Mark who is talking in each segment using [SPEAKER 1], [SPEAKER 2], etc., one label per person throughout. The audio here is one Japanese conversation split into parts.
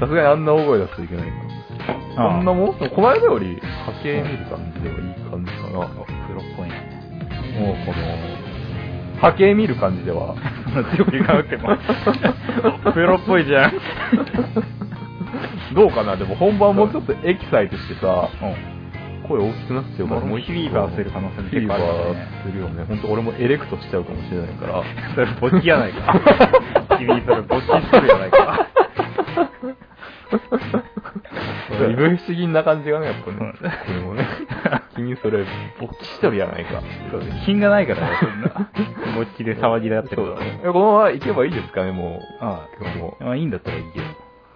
[SPEAKER 1] さすがにあんな大声出すといけないから。
[SPEAKER 2] あ
[SPEAKER 1] こんなもんでもこの間より波形見る感じではいい感じかな。もう
[SPEAKER 2] あ黒っぽいね。
[SPEAKER 1] この、波形見る感じで は。
[SPEAKER 2] 強く買うっても。黒っぽいじゃん。
[SPEAKER 1] どうかなでも本番もうちょっとエキサイトしてさ、
[SPEAKER 2] う
[SPEAKER 1] 声大きくなっちゃうから、
[SPEAKER 2] もうフィーバーする可能性も
[SPEAKER 1] フィ
[SPEAKER 2] 結
[SPEAKER 1] ー
[SPEAKER 2] 構あ
[SPEAKER 1] バ
[SPEAKER 2] るよね
[SPEAKER 1] ーするよね。本当俺もエレクトしちゃうかもしれないから。
[SPEAKER 2] それ勃起やない か。君それ勃起してるやないか。
[SPEAKER 1] そういぶし銀な感じがね、やっぱね
[SPEAKER 2] うん。
[SPEAKER 1] 君も ね。君それ、勃起しとるやないか。
[SPEAKER 2] 品がないからね、そんな。勃起で騒ぎだって
[SPEAKER 1] そう
[SPEAKER 2] る
[SPEAKER 1] だ
[SPEAKER 2] から
[SPEAKER 1] ね。えこのまま行けばいいですかね、も
[SPEAKER 2] あ
[SPEAKER 1] う。今日も
[SPEAKER 2] あ。。まあいいんだったらいいけど。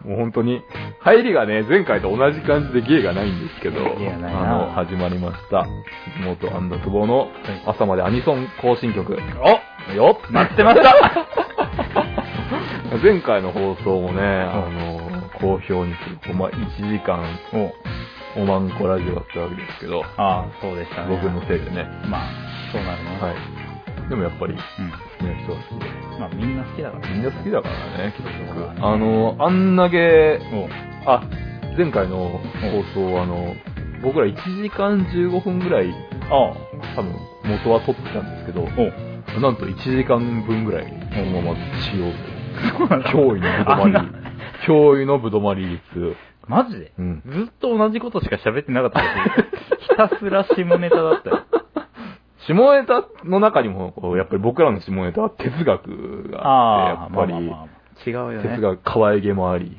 [SPEAKER 1] もう本当に、入りがね、前回と同じ感じで芸がないんですけど、
[SPEAKER 2] 芸がない
[SPEAKER 1] あ
[SPEAKER 2] な
[SPEAKER 1] の、始まりました。妹アンダ久保の朝までアニソン更新曲。
[SPEAKER 2] およ待ってました
[SPEAKER 1] 前回の放送もね、あ
[SPEAKER 2] う
[SPEAKER 1] の、好評にする、まあ、1時間、
[SPEAKER 2] お
[SPEAKER 1] おまんこラジオだったわけですけど、
[SPEAKER 2] ああ、そうでしたね。
[SPEAKER 1] 僕のせいでね。
[SPEAKER 2] まあ、そうなるね。
[SPEAKER 1] はい。でもやっぱり、好
[SPEAKER 2] うん。
[SPEAKER 1] きな人は好きで。
[SPEAKER 2] まあみんな好きだからね。
[SPEAKER 1] みんな好きだからね、結局。
[SPEAKER 2] あ
[SPEAKER 1] あの、あんなげ、
[SPEAKER 2] おう
[SPEAKER 1] あ、前回の放送、あの、僕ら1時間15分ぐらい、
[SPEAKER 2] あ
[SPEAKER 1] 多分、元は撮ってたんですけど、
[SPEAKER 2] おう
[SPEAKER 1] なんと1時間分ぐらい、このまま使用。驚異のぶど
[SPEAKER 2] あ
[SPEAKER 1] ま
[SPEAKER 2] ん
[SPEAKER 1] り
[SPEAKER 2] な、
[SPEAKER 1] 驚異のぶどまり率。
[SPEAKER 2] マジで
[SPEAKER 1] うん。
[SPEAKER 2] ずっと同じことしか喋ってなかったけど ひたすら下ネタだったよ。
[SPEAKER 1] 下ネタの中にも、こうやっぱり僕らの下ネタは哲学があって、やっぱり、
[SPEAKER 2] まあまあまあ違うよね。
[SPEAKER 1] 哲学可愛げもあり、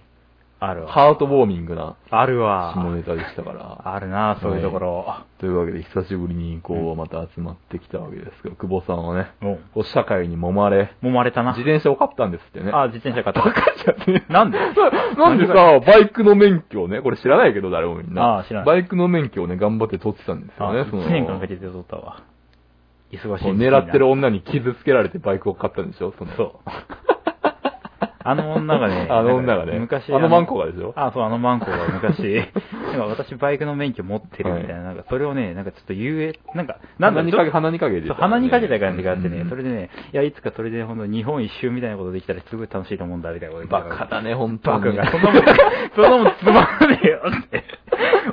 [SPEAKER 2] あるわ。
[SPEAKER 1] ハートウォーミングな
[SPEAKER 2] あるわ。
[SPEAKER 1] 下ネタでしたから。
[SPEAKER 2] あるな、そういうところ。
[SPEAKER 1] というわけで、久しぶりにこう、また集まってきたわけですけど、久保さんはね、
[SPEAKER 2] も
[SPEAKER 1] こう社会に揉まれ、
[SPEAKER 2] う、揉まれたな。
[SPEAKER 1] 自転車を買ったんですってね。
[SPEAKER 2] あ、自転車買った。
[SPEAKER 1] バカじゃねえ。
[SPEAKER 2] なんで
[SPEAKER 1] なんでさ、バイクの免許をね、これ知らないけど、誰もみんな。
[SPEAKER 2] あー知らない
[SPEAKER 1] バイクの免許をね、頑張って取ってたんですよね、
[SPEAKER 2] あ
[SPEAKER 1] その。
[SPEAKER 2] 一年間かけて撮ったわ。忙しい。
[SPEAKER 1] こう狙ってる。女に傷つけられてバイクを買ったんでしょその。 、
[SPEAKER 2] そう。あの女がね
[SPEAKER 1] あの女がね。
[SPEAKER 2] 昔。
[SPEAKER 1] あのマンコがでしょ
[SPEAKER 2] あ、そう、あのマンコが昔、 なんか私バイクの免許持ってるみたいな、なんかそれをね、なんかちょっと遊泳、なんか、なんだ
[SPEAKER 1] 鼻にかけ、鼻にかけて
[SPEAKER 2] そ
[SPEAKER 1] た
[SPEAKER 2] う
[SPEAKER 1] からね、
[SPEAKER 2] 鼻にかけた感じがあってね、それ
[SPEAKER 1] で。
[SPEAKER 2] でね、いや、いつかそれでほんと日本一周みたいなことできたらすごい楽しいと思うんだ、みたいなこと言っ
[SPEAKER 1] バ
[SPEAKER 2] て
[SPEAKER 1] カだね、本当
[SPEAKER 2] バカ
[SPEAKER 1] に。
[SPEAKER 2] が、そん なもん、そんなもんつまんねえよって。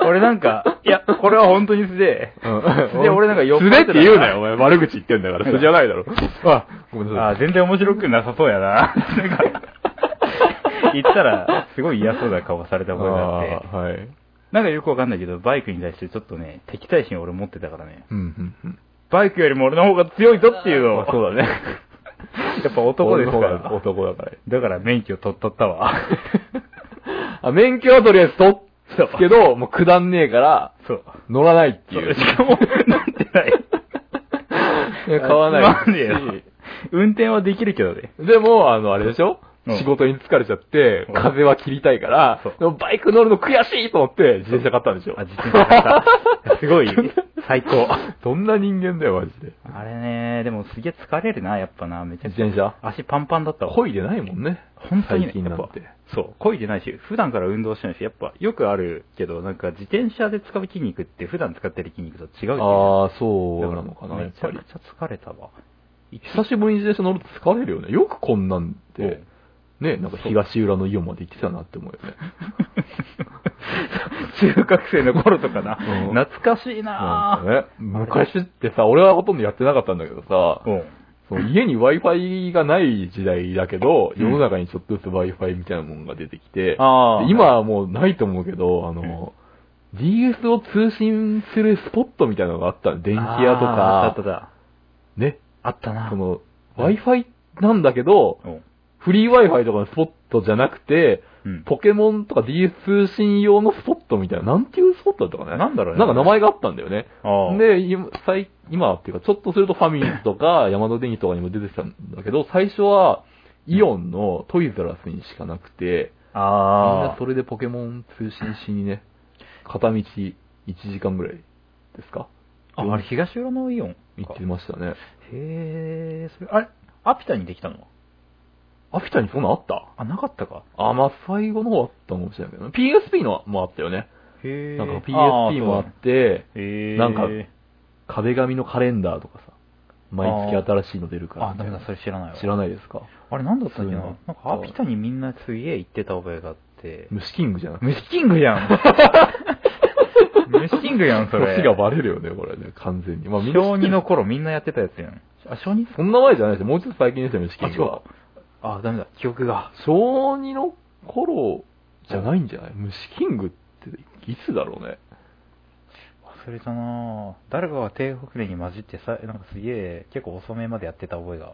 [SPEAKER 2] 俺なんか、いや、これは本当に素で、
[SPEAKER 1] うん
[SPEAKER 2] で俺なんか酔っ払
[SPEAKER 1] 素手
[SPEAKER 2] っ
[SPEAKER 1] って
[SPEAKER 2] たら
[SPEAKER 1] 言うなよ、お前。悪口言ってんだから。素じゃ ないだろ。あ、ごめんなさ
[SPEAKER 2] あ
[SPEAKER 1] い。
[SPEAKER 2] ー全然面白くなさそうやな。なんか、言ったら、すごい嫌そうな顔された覚えがあって。
[SPEAKER 1] あーはい。
[SPEAKER 2] なんかよくわかんないけど、バイクに対してちょっとね、敵対心を俺持ってたからね。
[SPEAKER 1] うん、うん、うん。
[SPEAKER 2] バイクよりも俺の方が強いぞっていうのを。
[SPEAKER 1] まあそうだね。
[SPEAKER 2] やっぱ男ですから。
[SPEAKER 1] 男だから。
[SPEAKER 2] だから免許取っとっ たわ。
[SPEAKER 1] あ、免許はとりあえず取ったけど、もう下んねえから、
[SPEAKER 2] そう。
[SPEAKER 1] 乗らないって
[SPEAKER 2] そ
[SPEAKER 1] いう
[SPEAKER 2] う。しかも、なんてない。
[SPEAKER 1] いや買わない
[SPEAKER 2] つまんねえよ運転はできるけどね。
[SPEAKER 1] でも、あの、あれでしょ
[SPEAKER 2] うん
[SPEAKER 1] 仕事に疲れちゃって
[SPEAKER 2] う、ん
[SPEAKER 1] 風は切りたいから
[SPEAKER 2] そう、
[SPEAKER 1] でもバイク乗るの悔しいと思って自転車買ったんでしょ
[SPEAKER 2] あ、自転車買った。すごい、最高。
[SPEAKER 1] どんな人間だよ、マジで。
[SPEAKER 2] あれね、でもすげえ疲れるな、やっぱな、めちゃ
[SPEAKER 1] 自
[SPEAKER 2] くちゃ。
[SPEAKER 1] 転車
[SPEAKER 2] 足パンパンだったわ。
[SPEAKER 1] 漕いでないもんね。
[SPEAKER 2] 本当にね、
[SPEAKER 1] 最近な
[SPEAKER 2] やっ
[SPEAKER 1] ん
[SPEAKER 2] ぱ
[SPEAKER 1] て。。
[SPEAKER 2] そう、漕いでないし、普段から運動してないし、やっぱよくあるけど、なんか自転車で使う筋肉って普段使ってる筋肉と違うじゃん
[SPEAKER 1] ああ、そ
[SPEAKER 2] だ
[SPEAKER 1] うな
[SPEAKER 2] ら
[SPEAKER 1] のかな、やっ
[SPEAKER 2] めち
[SPEAKER 1] ぱ
[SPEAKER 2] ゃ
[SPEAKER 1] り
[SPEAKER 2] く。ちゃ疲れたわ。
[SPEAKER 1] 久しぶりに自転車乗ると疲れるよね。よくこんなんで、ね、なんか東浦のイオンまで行ってたなって思うよね。
[SPEAKER 2] 中学生の頃とかな
[SPEAKER 1] う、ん
[SPEAKER 2] 懐かしい
[SPEAKER 1] な
[SPEAKER 2] なん
[SPEAKER 1] かね、昔ってさ、俺はほとんどやってなかったんだけどさ、
[SPEAKER 2] うん
[SPEAKER 1] そう家に Wi-Fi がない時代だけど、
[SPEAKER 2] うん
[SPEAKER 1] 世の中にちょっとずつ Wi-Fi みたいなものが出てきて、
[SPEAKER 2] あー
[SPEAKER 1] で今はもうないと思うけど、あの、DS を通信するスポットみたいなのがあったの電気屋と
[SPEAKER 2] あったあ
[SPEAKER 1] か
[SPEAKER 2] っ、た
[SPEAKER 1] ね、
[SPEAKER 2] あったな。
[SPEAKER 1] その、Wi-Fi なんだけど、
[SPEAKER 2] うん
[SPEAKER 1] フリー Wi-Fi とかのスポットじゃなくて、
[SPEAKER 2] うん
[SPEAKER 1] ポケモンとか DS 通信用のスポットみたいな、なんていうスポットだったかね。
[SPEAKER 2] なんだろうね
[SPEAKER 1] なんか名前があったんだよね。
[SPEAKER 2] ああ
[SPEAKER 1] で、今、最今はっていうか、ちょっとするとファミリーとか、ヤマダ電機とかにも出てきたんだけど、最初は、イオンのトイザラスにしかなくて、みん
[SPEAKER 2] あ
[SPEAKER 1] なそれでポケモン通信しにね、片道1時間ぐらいですか
[SPEAKER 2] あ。あれ、東浦のイオンか。
[SPEAKER 1] 行ってましたね。
[SPEAKER 2] へえ、それ、あれ、アピタにできたの
[SPEAKER 1] アピタにそんなんあった
[SPEAKER 2] あ、なかったか。
[SPEAKER 1] あ、まあ、最後の方あったかもしれないけどね、PSP のもあったよね。
[SPEAKER 2] へえ。
[SPEAKER 1] なんか PSP もあ
[SPEAKER 2] て
[SPEAKER 1] って、
[SPEAKER 2] へー
[SPEAKER 1] なんか壁紙のカレンダーとかさ、毎月新しいの出るから
[SPEAKER 2] あ、
[SPEAKER 1] み
[SPEAKER 2] ダ
[SPEAKER 1] たい
[SPEAKER 2] メ
[SPEAKER 1] な。
[SPEAKER 2] だ、それ知らないわ。
[SPEAKER 1] 知らないですか
[SPEAKER 2] あれ、なんだったっけな
[SPEAKER 1] そういうの
[SPEAKER 2] なんか、アピタにみんなすげえ行ってた覚えがあっって。
[SPEAKER 1] 虫キングじゃなくて。
[SPEAKER 2] 虫キングやん虫キングやん、そ れ。
[SPEAKER 1] 年がバレるよね、これね、完全に。まあ、みんな知
[SPEAKER 2] 小
[SPEAKER 1] ってる
[SPEAKER 2] 2の頃みんなやってたやつやん。あ、小 2?
[SPEAKER 1] そんな前じゃないですよ。もうちょっと最近でしたよ、虫キングは。
[SPEAKER 2] あ、ダメだ。記憶が。
[SPEAKER 1] 小2の頃じゃないんじゃない虫キングっていつだろうね。
[SPEAKER 2] 忘れたなぁ。誰かが帝国連に混じってさ、なんかすげえ、結構遅めまでやってた覚えが。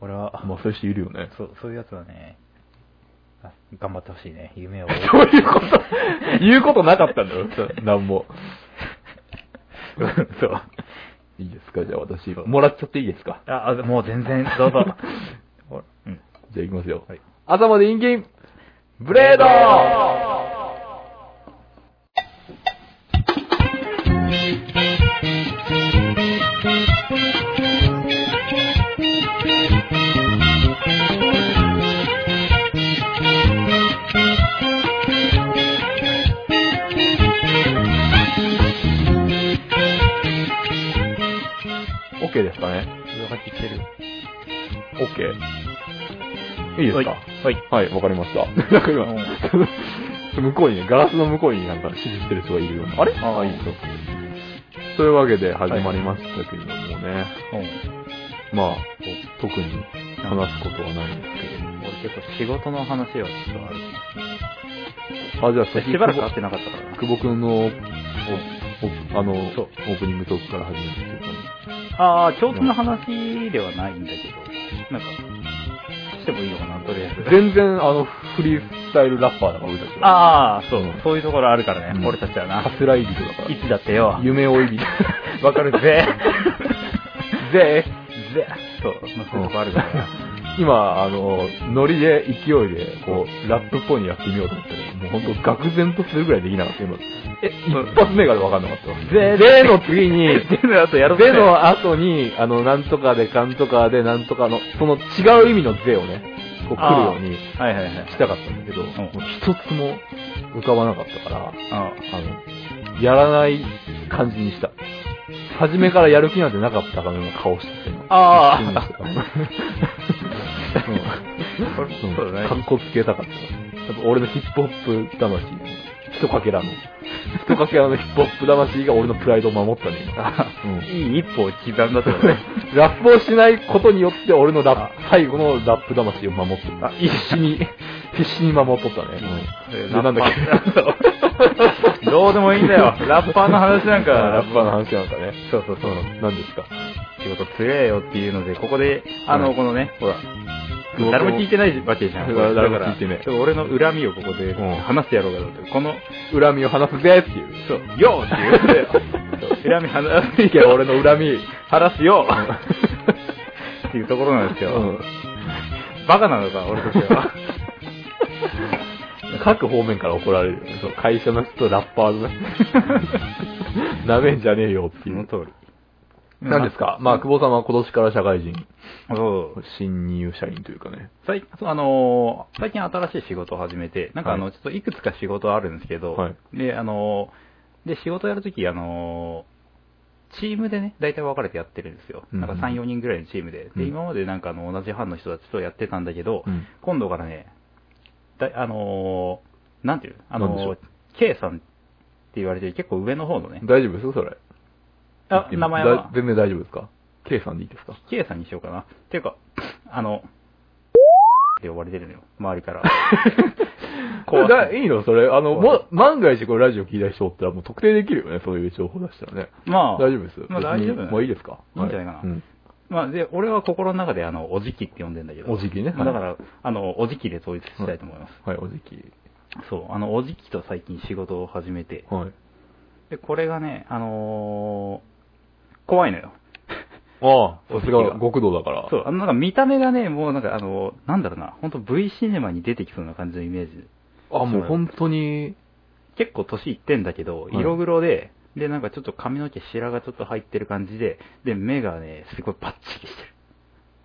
[SPEAKER 2] 俺は、
[SPEAKER 1] まあそういう人いるよね。
[SPEAKER 2] そう、そういうやつはね、あ頑張ってほしいね。夢 を追
[SPEAKER 1] そういうこと、言うことなかったんだよ、なんも。
[SPEAKER 2] う。そう。
[SPEAKER 1] いいですかじゃあ私、もらっちゃっていいですか
[SPEAKER 2] あ、あもう全然、ど うぞ。ほらうん。
[SPEAKER 1] じゃあ行きますよ。
[SPEAKER 2] はい
[SPEAKER 1] 朝までインゲーム、ブレードオッケーですかね
[SPEAKER 2] 上がってきてる。
[SPEAKER 1] オッケー。いいですか
[SPEAKER 2] はい。
[SPEAKER 1] はい、わかりました。なんか
[SPEAKER 2] うん
[SPEAKER 1] 今、向こうにね、ガラスの向こうになんか指示してる人がいるような。あれ
[SPEAKER 2] あー
[SPEAKER 1] いいですよ。というわけで始まりましたけれどもね、
[SPEAKER 2] うん。
[SPEAKER 1] まあ、特に話すことはないんです
[SPEAKER 2] 俺結構仕事の話はちょっとある。
[SPEAKER 1] けど。あ、じゃあ先
[SPEAKER 2] しばらく会ってなかったからな。
[SPEAKER 1] 久保くんの、おおあの、オ
[SPEAKER 2] そう
[SPEAKER 1] ープニングトークから始めるっていうか、
[SPEAKER 2] ああ、共通の話ではないんだけど、なんか、してもいいのかな、とりあえず。
[SPEAKER 1] 全然あの、フリースタイルラッパーだから、俺たちは。
[SPEAKER 2] ああ、そう、そういうところあるからね、
[SPEAKER 1] うん
[SPEAKER 2] 俺たちはな
[SPEAKER 1] カ。スライビルだから。
[SPEAKER 2] いつだってよ。
[SPEAKER 1] 夢追い人。
[SPEAKER 2] わかるぜ。
[SPEAKER 1] ぜ
[SPEAKER 2] ぜ。そう、まあそういうとこあるからな。
[SPEAKER 1] 今、あの、ノリで、勢いで、こう、ラップっぽいのやってみようと思ったけど、もうほんと、愕然とするぐらいできなかった、今。
[SPEAKER 2] え、
[SPEAKER 1] 一発目が分かんなかった。
[SPEAKER 2] ぜ
[SPEAKER 1] での次 に、
[SPEAKER 2] 全部あとやろうぜ
[SPEAKER 1] での後に、あの、なんとかで、かんとかで、なんとかの、その違う意味のぜをね、こう来るように
[SPEAKER 2] はいはいはい。
[SPEAKER 1] したかったんだけど、
[SPEAKER 2] ん
[SPEAKER 1] もう一つも浮かばなかったから、
[SPEAKER 2] あ
[SPEAKER 1] あの、やらない感じにした。初めからやる気なんてなかったかのような顔してた今
[SPEAKER 2] あー
[SPEAKER 1] 一瞬でしたうん
[SPEAKER 2] そうだね
[SPEAKER 1] かっこつけたかった。やっぱ俺のヒップホップ魂、ひとかけらの、ひとかけらのヒップホップ魂が俺のプライドを守ったね、
[SPEAKER 2] あ
[SPEAKER 1] 今。うん
[SPEAKER 2] いい一歩を刻んだってことね。
[SPEAKER 1] ラップをしないことによって俺のラップ、最後のラップ魂を守ってた。必死に、必死に守っとったね。でなんだっけ
[SPEAKER 2] けどうでもいいんだよ。ラッパーの話なんか、
[SPEAKER 1] ラッパーの話なんかね。
[SPEAKER 2] そうそう
[SPEAKER 1] う
[SPEAKER 2] そう。
[SPEAKER 1] ん、何ですか
[SPEAKER 2] 仕事つれよっていうので、ここで、あの、
[SPEAKER 1] はい
[SPEAKER 2] このね、ほら、
[SPEAKER 1] 久保君
[SPEAKER 2] 誰も聞いてないわけじゃん。
[SPEAKER 1] だ誰も
[SPEAKER 2] だから
[SPEAKER 1] 聞いてね
[SPEAKER 2] ちょっと俺の恨みをここで
[SPEAKER 1] うん
[SPEAKER 2] 話してやろうかなと。この、
[SPEAKER 1] 恨みを話すぜっていう。
[SPEAKER 2] そう、よっていう。 そう恨み話
[SPEAKER 1] いや、俺の恨み。
[SPEAKER 2] 話すよ
[SPEAKER 1] うん
[SPEAKER 2] っていうところなんで す
[SPEAKER 1] う
[SPEAKER 2] よ。
[SPEAKER 1] ん
[SPEAKER 2] バカなのか、俺としては。
[SPEAKER 1] 各方面から怒られるよね。そう会社の人とラッパー のね。なめんじゃねえよって
[SPEAKER 2] そ
[SPEAKER 1] い
[SPEAKER 2] の
[SPEAKER 1] う。
[SPEAKER 2] 通り。
[SPEAKER 1] 何ですかまあ、久保さんは今年から社会人、
[SPEAKER 2] そう。
[SPEAKER 1] 新入社員というかね。
[SPEAKER 2] 最そうあのー最近新しい仕事を始めて、なんかあの、
[SPEAKER 1] はい
[SPEAKER 2] ちょっといくつか仕事あるんですけど、
[SPEAKER 1] はい
[SPEAKER 2] で、あのーで、仕事やるとき、あのーチームでね、大体分かれてやってるんですよ。
[SPEAKER 1] うん
[SPEAKER 2] なんか3、4人ぐらいのチームで。
[SPEAKER 1] う
[SPEAKER 2] で、
[SPEAKER 1] ん
[SPEAKER 2] 今までなんかあの、同じ班の人たちとやってたんだけど、
[SPEAKER 1] うん
[SPEAKER 2] 今度からね、だいあのーなんていうあ
[SPEAKER 1] なんでしょ
[SPEAKER 2] の
[SPEAKER 1] う
[SPEAKER 2] ー、K さんって言われてる結構上の方のね、
[SPEAKER 1] 大丈夫ですかそれ。
[SPEAKER 2] あ、名前は
[SPEAKER 1] だ、全然大丈夫ですか ?K さんでいいですか
[SPEAKER 2] K さんにしようかな。っていうか、 あの、って呼ばれてるのよ、周りから。
[SPEAKER 1] こ
[SPEAKER 2] 怖
[SPEAKER 1] れ
[SPEAKER 2] い
[SPEAKER 1] だいいのそれ。あの、
[SPEAKER 2] 怖い
[SPEAKER 1] も、万が一これラジオ聞いた人おったらもう特定できるよね。そういう情報出したらね。
[SPEAKER 2] まあ、
[SPEAKER 1] 大丈夫です。
[SPEAKER 2] まあ
[SPEAKER 1] 別に
[SPEAKER 2] 大丈夫
[SPEAKER 1] もういいですか
[SPEAKER 2] いいんじゃないかな
[SPEAKER 1] はうん
[SPEAKER 2] まあ、で、俺は心の中で、あの、おじきって呼んでんだけど。
[SPEAKER 1] おじきね
[SPEAKER 2] ま
[SPEAKER 1] は
[SPEAKER 2] あだ
[SPEAKER 1] い
[SPEAKER 2] から、あの、おじきで統一したいと思います。
[SPEAKER 1] はい、おじき。
[SPEAKER 2] そう、あの、おじきと最近仕事を始めて。
[SPEAKER 1] はい。
[SPEAKER 2] で、これがね、あのー怖いのよ。
[SPEAKER 1] ああ、さ
[SPEAKER 2] おじ
[SPEAKER 1] す
[SPEAKER 2] き
[SPEAKER 1] が
[SPEAKER 2] が
[SPEAKER 1] 極道だから。
[SPEAKER 2] そう、あの、なんか見た目がね、もうなんか、あのなんだろうな、本当 V シネマに出てきそうな感じのイメージ。
[SPEAKER 1] あ、もう本当に、
[SPEAKER 2] 結構年いってんだけど、
[SPEAKER 1] い
[SPEAKER 2] 色黒で、で、なんかちょっと髪の毛白がちょっと入ってる感じで、で、目がね、すごいバッチリしてる。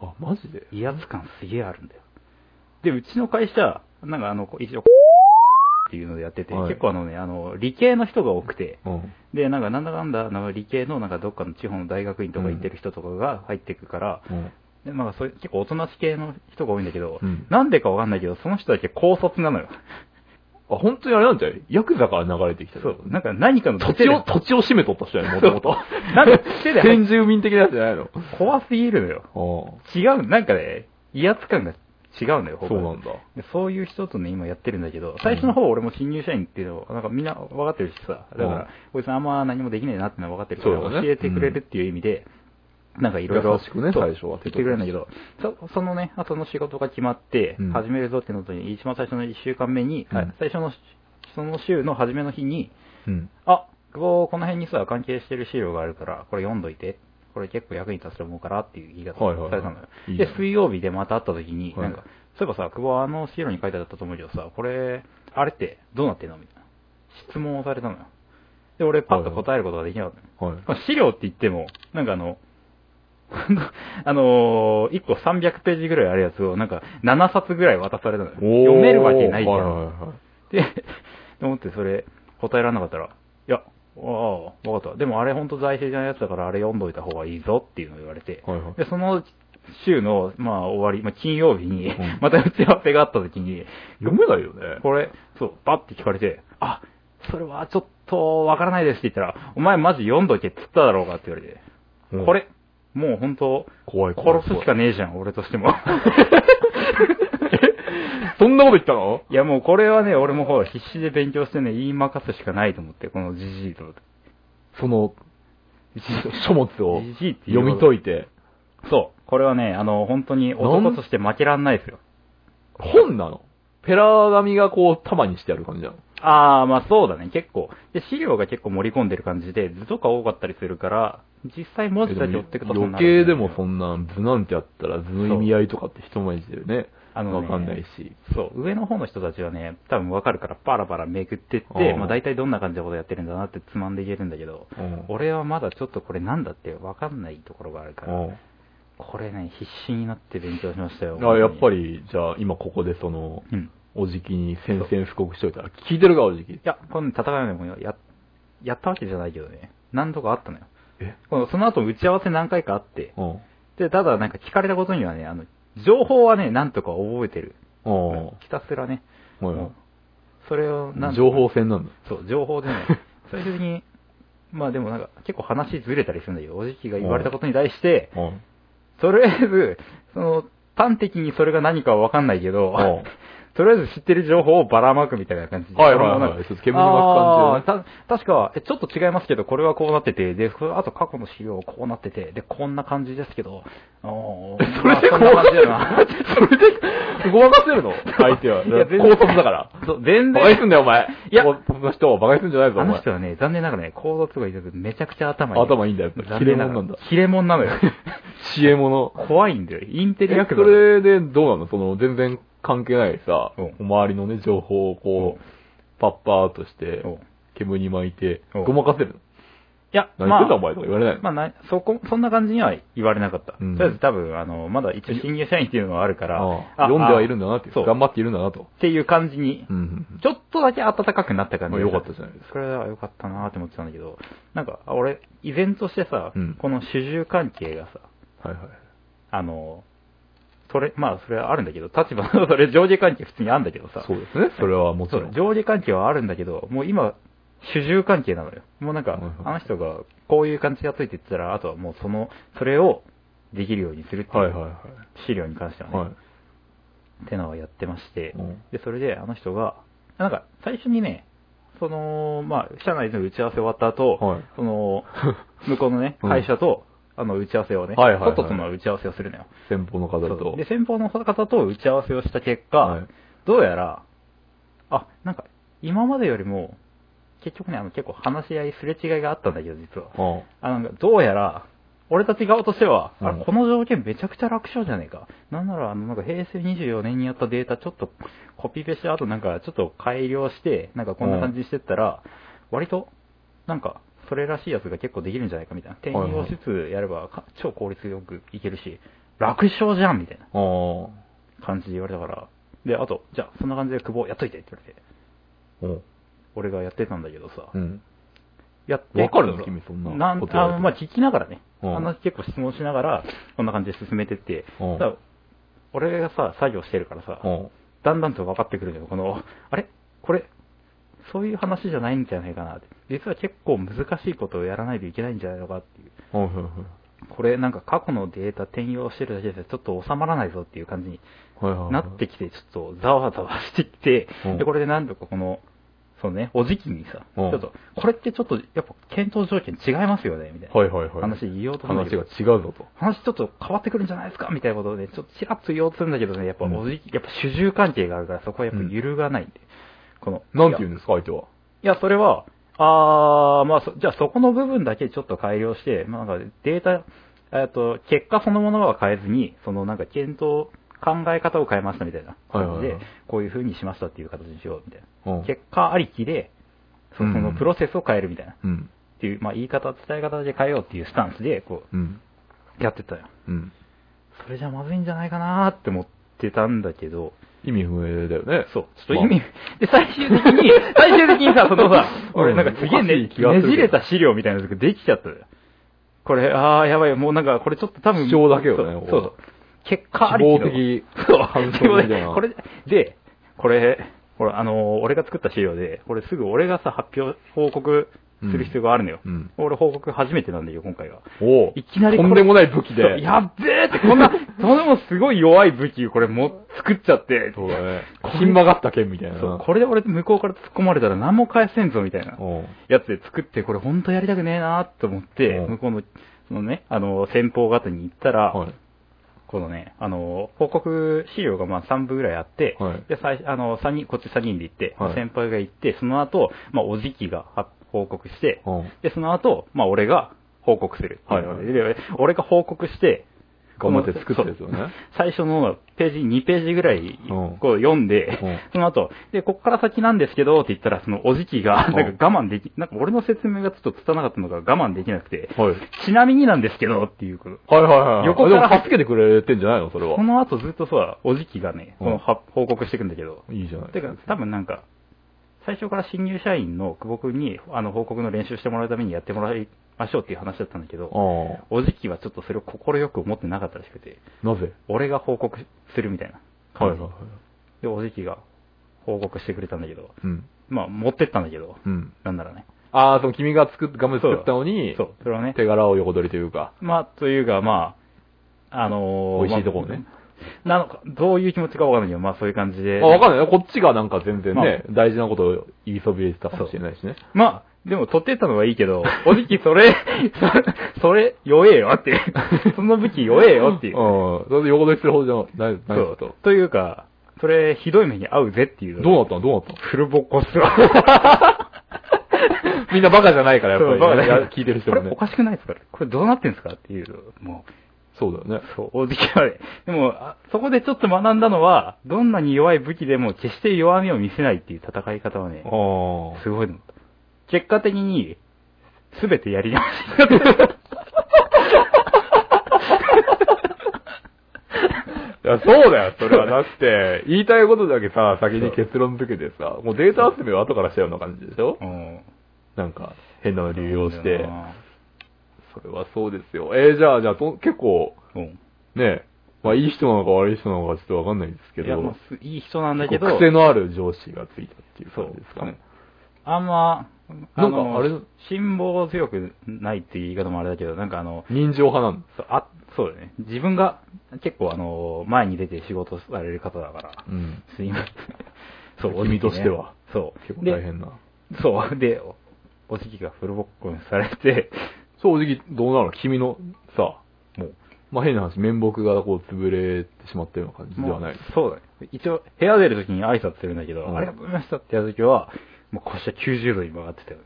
[SPEAKER 1] あ、マジで
[SPEAKER 2] 威圧感すげえあるんだよ。で、うちの会社、なんかあの、こう一応、っていうのでやってて、
[SPEAKER 1] はい
[SPEAKER 2] 結構あのね、あの、理系の人が多くて、
[SPEAKER 1] うん。
[SPEAKER 2] で、なんかなんだかんだ、なんか理系のなんかどっかの地方の大学院とか行ってる人とかが入ってくから、
[SPEAKER 1] うん
[SPEAKER 2] でなんかそういう結構おとなし系の人が多いんだけど、
[SPEAKER 1] うん
[SPEAKER 2] なんでかわかんないけど、その人だけ高卒なのよ。
[SPEAKER 1] あ、本当にあれなんじゃないヤクザから流れてきたり
[SPEAKER 2] そ
[SPEAKER 1] と
[SPEAKER 2] う
[SPEAKER 1] か。
[SPEAKER 2] なんか何かの
[SPEAKER 1] 土地
[SPEAKER 2] 手で
[SPEAKER 1] を、土地を占めとった人やね、もともと。
[SPEAKER 2] なんか手で入っ
[SPEAKER 1] 先住民的なやつじゃないの。
[SPEAKER 2] 怖すぎるのよ。
[SPEAKER 1] あ
[SPEAKER 2] 違う、なんかね、威圧感が違うのよ、
[SPEAKER 1] あ、
[SPEAKER 2] 他
[SPEAKER 1] そうな
[SPEAKER 2] の
[SPEAKER 1] んだ。
[SPEAKER 2] でそういう人とね、今やってるんだけど、最初の方俺も新入社員っていうのを、なんかみんな分かってるしさ、だ
[SPEAKER 1] う
[SPEAKER 2] か
[SPEAKER 1] ん
[SPEAKER 2] ら、こいつあんま何もできねえなってのは分かってるから、
[SPEAKER 1] そうだね
[SPEAKER 2] 教えてくれるっていう意味で、なんかいろいろ、
[SPEAKER 1] 優しくね
[SPEAKER 2] そう
[SPEAKER 1] 最初は
[SPEAKER 2] 言ってくれるんだけど、そそのね、後の仕事が決まって
[SPEAKER 1] うん、
[SPEAKER 2] 始めるぞってのと、一番最初の1週間目に、
[SPEAKER 1] うん
[SPEAKER 2] あ最初の、その週の初めの日に、
[SPEAKER 1] うん。
[SPEAKER 2] あ、こうこの辺にさ、関係してる資料があるから、これ読んどいて。これ結構役に立つと思うからっていう言い方
[SPEAKER 1] はいはいはい
[SPEAKER 2] されたのよ。
[SPEAKER 1] いいね
[SPEAKER 2] で、水曜日でまた会った時に、
[SPEAKER 1] はい
[SPEAKER 2] なんか、そういえばさ、久保あの資料に書いてあったと思うけどさ、これ、あれってどうなってんのみたいな。質問をされたのよ。で、俺パッと答えることができなかったの。
[SPEAKER 1] はい。
[SPEAKER 2] まあ資料って言っても、なんかあの、 あのー、1個300ページぐらいあるやつを、なんか7冊ぐらい渡されたのよ。
[SPEAKER 1] おー
[SPEAKER 2] 読めるわけないじゃん。
[SPEAKER 1] はいはいはい。
[SPEAKER 2] で、 と思ってそれ、答えられなかったら、いや、ああ、わかった。でもあれ本当財政じゃないやつだから、あれ読んどいた方がいいぞっていうのを言われて、
[SPEAKER 1] はいはい
[SPEAKER 2] で、その週の、まあ終わり、まあ金曜日に
[SPEAKER 1] うん、
[SPEAKER 2] また打ち合わせがあった時に、
[SPEAKER 1] 読めないよね。
[SPEAKER 2] これ、そう、バッて聞かれて、あ、それはちょっとわからないですって言ったら、お前マジ読んどいてっつっただろうかって言われて、
[SPEAKER 1] うん
[SPEAKER 2] これ、もう本当、
[SPEAKER 1] 怖い怖い。
[SPEAKER 2] 殺すしかねえじゃん、俺として も。
[SPEAKER 1] そんなこと言ったの
[SPEAKER 2] いやもうこれはね、俺もほら必死で勉強してね、言い任すしかないと思って、このじじいと思って。
[SPEAKER 1] その、書物を
[SPEAKER 2] じじいっていう
[SPEAKER 1] 読み解いて。
[SPEAKER 2] そう。これはね、あの、本当に男として負けらんないですよ。
[SPEAKER 1] 本なのペラ紙がこう、束にしてある感じなの。
[SPEAKER 2] ああ、まあそうだね、結構。で、資料が結構盛り込んでる感じで、図とか多かったりするから、実際文字だけ寄ってくとそん
[SPEAKER 1] 余
[SPEAKER 2] な
[SPEAKER 1] 計でもそ
[SPEAKER 2] ん
[SPEAKER 1] んな、図なんてやったら図の意味合いとかって人前でね、
[SPEAKER 2] あのね
[SPEAKER 1] わかんないし。
[SPEAKER 2] そう、上の方の人たちはね、多分わかるからパラパラめくってっ
[SPEAKER 1] あー
[SPEAKER 2] て、まあ大体どんな感じのことやってるんだなってつまんでいけるんだけど、
[SPEAKER 1] うん
[SPEAKER 2] 俺はまだちょっとこれなんだってわかんないところがあるか
[SPEAKER 1] う
[SPEAKER 2] ら、
[SPEAKER 1] ん
[SPEAKER 2] これね、必死になって勉強しましたよ。
[SPEAKER 1] あやっぱ
[SPEAKER 2] り。
[SPEAKER 1] り、じゃあ今ここでその、
[SPEAKER 2] うん。
[SPEAKER 1] おじきに宣戦布告しといたら、聞いてるか、おじき
[SPEAKER 2] い。や、この戦いのもや、やったわけじゃないけどね。何度かあったのよ。
[SPEAKER 1] え
[SPEAKER 2] このその後打ち合わせ何回かあって、
[SPEAKER 1] うん。
[SPEAKER 2] で、ただなんか聞かれたことにはね、あの、情報はね、なんとか覚えてる。
[SPEAKER 1] うん。は
[SPEAKER 2] ひたすらね。
[SPEAKER 1] い
[SPEAKER 2] も
[SPEAKER 1] は
[SPEAKER 2] うそれをなん
[SPEAKER 1] い。
[SPEAKER 2] と
[SPEAKER 1] 情
[SPEAKER 2] か
[SPEAKER 1] 報戦なんだ。
[SPEAKER 2] そう、情報 でね、最終的に、まあでもなんか結構話ずれたりするんだけど、おじきが言われたことに対して、
[SPEAKER 1] うん。
[SPEAKER 2] とりあえず、その、端的にそれが何かはわかんないけど、
[SPEAKER 1] うん
[SPEAKER 2] とりあえず知ってる情報をばらまくみたいな感じで。
[SPEAKER 1] はいはいはい
[SPEAKER 2] そのなんか
[SPEAKER 1] ちょっと煙に巻く感
[SPEAKER 2] あーた確か、えちょっと違いますけど、これはこうなってて、で、これあと過去の資料こうなってて、で、こんな感じですけど、おー
[SPEAKER 1] それでご
[SPEAKER 2] まあんな
[SPEAKER 1] ま
[SPEAKER 2] 感
[SPEAKER 1] か
[SPEAKER 2] じ
[SPEAKER 1] せ
[SPEAKER 2] だ
[SPEAKER 1] る
[SPEAKER 2] よな
[SPEAKER 1] それで、ごまかせるの相手は。
[SPEAKER 2] いや全然
[SPEAKER 1] 高卒だから。
[SPEAKER 2] そう全
[SPEAKER 1] バカに
[SPEAKER 2] 然、
[SPEAKER 1] すんだよ、お前。
[SPEAKER 2] いや
[SPEAKER 1] 高卒の人をバカにすんじゃないぞ、お
[SPEAKER 2] あの
[SPEAKER 1] 前
[SPEAKER 2] 人。はね、残念ながらね、行動とか言うとめちゃくちゃ頭いい。
[SPEAKER 1] 頭いいんだ、やっぱり。切
[SPEAKER 2] 残
[SPEAKER 1] れ
[SPEAKER 2] 念なが
[SPEAKER 1] 者
[SPEAKER 2] ら
[SPEAKER 1] なんだ。
[SPEAKER 2] 切れ者なの よ。
[SPEAKER 1] 知恵者。
[SPEAKER 2] 怖いんだよ。インテ
[SPEAKER 1] え
[SPEAKER 2] リア
[SPEAKER 1] そ
[SPEAKER 2] クザ
[SPEAKER 1] れでどうなのその、全然関係ないさ、
[SPEAKER 2] うん
[SPEAKER 1] 周りのね、情報をこう、パッパーっとして
[SPEAKER 2] うん、
[SPEAKER 1] 煙に巻いて、
[SPEAKER 2] うん
[SPEAKER 1] ごまかせるの。
[SPEAKER 2] いや、
[SPEAKER 1] 何言ってんだお前とか言われないの
[SPEAKER 2] まあな、そこ、そんな感じには言われなかった。
[SPEAKER 1] うん
[SPEAKER 2] とりあえず多分、あの、まだ一応新入社員っていうのはあるから、
[SPEAKER 1] ああ
[SPEAKER 2] あ
[SPEAKER 1] 読んではいるんだなって、
[SPEAKER 2] そう。
[SPEAKER 1] 頑
[SPEAKER 2] っ
[SPEAKER 1] 張っているんだなと。
[SPEAKER 2] ていう感じに、
[SPEAKER 1] うんうん
[SPEAKER 2] ちょっとだけ暖かくなった感
[SPEAKER 1] ま
[SPEAKER 2] じ
[SPEAKER 1] あよかったじゃないです
[SPEAKER 2] か。それはよかったなーって思ってたんだけど、なんか、あ俺、依然としてさ、
[SPEAKER 1] うん
[SPEAKER 2] この主従関係がさ、
[SPEAKER 1] はいはい。
[SPEAKER 2] あの、それ、まあ、それはあるんだけど、立場のそれ上下関係普通にあるんだけどさ、
[SPEAKER 1] そうですね、それはもちろん。
[SPEAKER 2] そう上下関係はあるんだけど、もう今、主従関係なのよ。もうなん
[SPEAKER 1] は
[SPEAKER 2] か
[SPEAKER 1] いはい、
[SPEAKER 2] あの人がこういう感じがついてったら、あとはもうその、それをできるようにするって
[SPEAKER 1] はいいはいうは。
[SPEAKER 2] 資料に関してはいね、
[SPEAKER 1] はい。
[SPEAKER 2] ってのはやってまして、
[SPEAKER 1] うん
[SPEAKER 2] で、それであの人が、なんか最初にね、その、まあ、社内での打ち合わせ終わった後、
[SPEAKER 1] はい
[SPEAKER 2] その、向こうのね、
[SPEAKER 1] うん
[SPEAKER 2] 会社と、あの、打ち合わせをね、
[SPEAKER 1] はいはいはい
[SPEAKER 2] 外との打ち合わせをするのよ。
[SPEAKER 1] 先方の方
[SPEAKER 2] そう
[SPEAKER 1] と
[SPEAKER 2] で、。先方の方と打ち合わせをした結果、
[SPEAKER 1] はい
[SPEAKER 2] どうやら、あ、なんか、今までよりも、結局ね、あの、結構話し合い、すれ違いがあったんだけど、実は。
[SPEAKER 1] うん
[SPEAKER 2] あなんかどうやら、俺たち側としては、あ
[SPEAKER 1] うん
[SPEAKER 2] この条件めちゃくちゃ楽勝じゃねえか。なんなら、あの、なんか平成24年にやったデータちょっとコピペして、あとなんかちょっと改良して、なんかこんな感じにしてったら、割と、なんか、それらしいやつが結構できるんじゃないかみたいな。転
[SPEAKER 1] はいは
[SPEAKER 2] 用
[SPEAKER 1] い
[SPEAKER 2] しつつやれば、か超効率よくいけるし、楽勝じゃんみたいな
[SPEAKER 1] あ
[SPEAKER 2] 感じで言われたから。で、あと、じゃあ、そんな感じで久保やっといてって言われて、
[SPEAKER 1] あ。うん
[SPEAKER 2] 俺がやってたんだけどさ、
[SPEAKER 1] うん。
[SPEAKER 2] やって。
[SPEAKER 1] わかるの君そんな
[SPEAKER 2] なん
[SPEAKER 1] ことやる
[SPEAKER 2] あまあ、聞きながらね。
[SPEAKER 1] うん
[SPEAKER 2] 話結構質問しながら、こんな感じで進めてって。
[SPEAKER 1] うん
[SPEAKER 2] ただ俺がさ、作業してるからさ、
[SPEAKER 1] うん
[SPEAKER 2] だんだんと分かってくるのよ。この、あれこれ、そういう話じゃないんじゃないかなって。実は結構難しいことをやらないといけないんじゃないのかっていう。
[SPEAKER 1] うんうんうん
[SPEAKER 2] これなんか過去のデータ転用してるだけでちょっと収まらないぞっていう感じに
[SPEAKER 1] はいはいはい
[SPEAKER 2] なってきて、ちょっとざわざわしてきて
[SPEAKER 1] うん、
[SPEAKER 2] で、これでなんとかこの、そうね、おじきにさ、ち
[SPEAKER 1] うん
[SPEAKER 2] ょっと、これってちょっと、やっぱ検討条件違いますよね、みたいな。
[SPEAKER 1] はいはいはい。
[SPEAKER 2] 話言おうと思うんだ
[SPEAKER 1] 話
[SPEAKER 2] け
[SPEAKER 1] が
[SPEAKER 2] ど
[SPEAKER 1] 違うぞと。
[SPEAKER 2] 話ちょっと変わってくるんじゃないですかみたいなことで、ちょっとちらっと言おうとするんだけどね、やっぱおじき、やっぱ主従関係があるから、そこはやっぱ揺るがないんで。この、
[SPEAKER 1] なんて言う
[SPEAKER 2] い
[SPEAKER 1] んですか、相手は。
[SPEAKER 2] や、いやそれは、あー、まあ、そじゃあそこの部分だけちょっと改良して、まあ、なんかデータ、えっと、結果そのものは変えずに、そのなんか検討、考え方を変えましたみたいな感じ
[SPEAKER 1] はいはい
[SPEAKER 2] で
[SPEAKER 1] はい、
[SPEAKER 2] こういう風にしましたっていう形にしようみたいな。
[SPEAKER 1] うん。
[SPEAKER 2] 結果ありきで、そ
[SPEAKER 1] うん
[SPEAKER 2] そのプロセスを変えるみたいな。っ
[SPEAKER 1] うん。
[SPEAKER 2] ていう、まあ、言い方、伝え方で変えようっていうスタンスで、こ
[SPEAKER 1] うん。
[SPEAKER 2] う、やってたよ。
[SPEAKER 1] うん。
[SPEAKER 2] それじゃまずいんじゃないかなーって思ってたんだけど、
[SPEAKER 1] 意味不明だよね。
[SPEAKER 2] そう、ちょっと意味、で、最終的 に、最終的にさ、そのさ、
[SPEAKER 1] うん
[SPEAKER 2] 俺なんかすげえね
[SPEAKER 1] おかしい気がする
[SPEAKER 2] ね
[SPEAKER 1] けど
[SPEAKER 2] じれた資料みたいなのができちゃったよこれ、あー、やばい、もうなんか、これちょっと多分、
[SPEAKER 1] 主張だけよね
[SPEAKER 2] そう
[SPEAKER 1] こう
[SPEAKER 2] そうそう。結果ありの
[SPEAKER 1] 希望的
[SPEAKER 2] そう、
[SPEAKER 1] 感想みたいな
[SPEAKER 2] でもねこれ、で、これ、ほら、あのー俺が作った資料で、これすぐ俺がさ、発表、報告する必要があるのよ。
[SPEAKER 1] うんうん
[SPEAKER 2] 俺報告初めてなんだよ、今回は。
[SPEAKER 1] おう
[SPEAKER 2] いきなり
[SPEAKER 1] と
[SPEAKER 2] これ
[SPEAKER 1] んでもない武器
[SPEAKER 2] そう
[SPEAKER 1] で。
[SPEAKER 2] やっべえって、こ んな、とんでもすごい弱い武器、これも、作っちゃって。
[SPEAKER 1] そうだね
[SPEAKER 2] こ。れ
[SPEAKER 1] ひん曲がった剣みたいな。
[SPEAKER 2] そうこれで俺向こうから突っ込まれたら何も返せんぞ、みたいな。
[SPEAKER 1] おう
[SPEAKER 2] やつで作って、これ本当やりたくねえなと思って、
[SPEAKER 1] うん
[SPEAKER 2] 向こうの、そのね、あの、先方方に行ったら、
[SPEAKER 1] はい。
[SPEAKER 2] このね、あの、報告資料がまあ3部ぐらいあって、
[SPEAKER 1] はい
[SPEAKER 2] で、最あの、三人、こっち3人で行って、
[SPEAKER 1] はい
[SPEAKER 2] 先輩が行って、その後、まあ、おじきが発報告して、
[SPEAKER 1] うん
[SPEAKER 2] で、その後、まあ、俺が報告する。
[SPEAKER 1] はいはい
[SPEAKER 2] で俺が報告して、
[SPEAKER 1] 頑張って作ったやつよ
[SPEAKER 2] そう
[SPEAKER 1] ね。
[SPEAKER 2] 最初のページ、2ページぐらい、
[SPEAKER 1] うん
[SPEAKER 2] こう読んで、
[SPEAKER 1] うん
[SPEAKER 2] その後、で、こっから先なんですけど、って言ったら、そのおじきが、
[SPEAKER 1] うん
[SPEAKER 2] なんか我慢でき、なんか俺の説明がちょっと拙なかったのが我慢できなくて、
[SPEAKER 1] はい。
[SPEAKER 2] ちなみになんですけど、っていうこと。
[SPEAKER 1] はいはいはい。
[SPEAKER 2] 横から
[SPEAKER 1] あでも助けてくれてんじゃないのそれは
[SPEAKER 2] こ。の後ずっとさ、おじきがね、こ
[SPEAKER 1] うん
[SPEAKER 2] のは報告してくんだけど、
[SPEAKER 1] いいじゃない
[SPEAKER 2] てか、多分なんか、最初から新入社員の久保君に、あの、報告の練習してもらうためにやってもらいましょうっていう話だったんだけど、
[SPEAKER 1] あ
[SPEAKER 2] おじきはちょっとそれを快く思ってなかったらしくて、
[SPEAKER 1] あ。なぜ
[SPEAKER 2] 俺が報告するみたいな
[SPEAKER 1] はいはい
[SPEAKER 2] 感じ。
[SPEAKER 1] はい。
[SPEAKER 2] で、おじきが報告してくれたんだけど、
[SPEAKER 1] うん。
[SPEAKER 2] まあ、持ってったんだけど、
[SPEAKER 1] うん。
[SPEAKER 2] なんならね。
[SPEAKER 1] ああ、その君が作っ、頑張って作ったのに、
[SPEAKER 2] そう、それはね。
[SPEAKER 1] 手柄を横取りというか。
[SPEAKER 2] まあ、というか、まあ、あのー
[SPEAKER 1] 美味しいところね。
[SPEAKER 2] まあなのか、どういう気持ちかわかんないけど、まあそういう感じで。
[SPEAKER 1] まあ、わかんないよ。こっちがなんか全然
[SPEAKER 2] まあ
[SPEAKER 1] ね、大事なことを言いそびれてたかもしれない しね。
[SPEAKER 2] まあ、でも取ってったのはいいけど、 おじきそれ、そそれ、弱えよ って。その武器弱えよっていう。
[SPEAKER 1] うん。それで横取りする方じゃない、
[SPEAKER 2] そ
[SPEAKER 1] ないですと
[SPEAKER 2] う。。というか、それ、ひどい目に遭うぜっていうの
[SPEAKER 1] ど
[SPEAKER 2] が。
[SPEAKER 1] うなったのどうなった
[SPEAKER 2] フルボコスは。
[SPEAKER 1] の みんなバカじゃないから、やっぱり、
[SPEAKER 2] そうバカだよ
[SPEAKER 1] いや聞いてる人
[SPEAKER 2] こ
[SPEAKER 1] も
[SPEAKER 2] れ
[SPEAKER 1] ね
[SPEAKER 2] お。かしくないですかこれどうなってんすかっていう、もう。
[SPEAKER 1] そうだよね。
[SPEAKER 2] そう、大関はね。でも、あそこでちょっと学んだのは、どんなに弱い武器でも決して弱みを見せないっていう戦い方はね
[SPEAKER 1] あ、あ。
[SPEAKER 2] すごいと思った。結果的に、すべてやり直した。
[SPEAKER 1] いや、そうだよ、それは。だって、言いたいことだけさ、先に結論付けてさ、もうデータ集めは後からしたよ うな感じでしょ
[SPEAKER 2] うん。
[SPEAKER 1] なんか、変なの流用して。
[SPEAKER 2] う
[SPEAKER 1] それはそうですよ。えー、じゃあ、じゃあ、と結構、
[SPEAKER 2] ん。
[SPEAKER 1] ね、まあ、いい人なのか悪い人なのかちょっとわかんないですけ
[SPEAKER 2] いや、
[SPEAKER 1] ど
[SPEAKER 2] まあ、すいい人なんだ
[SPEAKER 1] 結
[SPEAKER 2] けど
[SPEAKER 1] 構、癖のある上司がついたっていう感じですかね。
[SPEAKER 2] あんま、あ
[SPEAKER 1] なんか
[SPEAKER 2] の
[SPEAKER 1] あれ
[SPEAKER 2] 辛抱強くないっていう言い方もあれだけど、なんかあの、
[SPEAKER 1] 人情派なの。
[SPEAKER 2] そうあそうだね。自分が結構あの、前に出て仕事される方だから、
[SPEAKER 1] うん。
[SPEAKER 2] すいません。
[SPEAKER 1] 君としては。
[SPEAKER 2] おじきねそう。
[SPEAKER 1] 結構大変な。
[SPEAKER 2] で。そう。で、おおじきがフルボッコにされて、
[SPEAKER 1] 正直、どうなの君の、さ、
[SPEAKER 2] もう、
[SPEAKER 1] まあ、変な話、面目がこう、潰れてしまったような感じではない
[SPEAKER 2] も。うそうだね。一応、部屋出るときに挨拶するんだけど、
[SPEAKER 1] うん
[SPEAKER 2] ありがとうございましたってやるときは、もう腰は90度に曲がってたよ ね。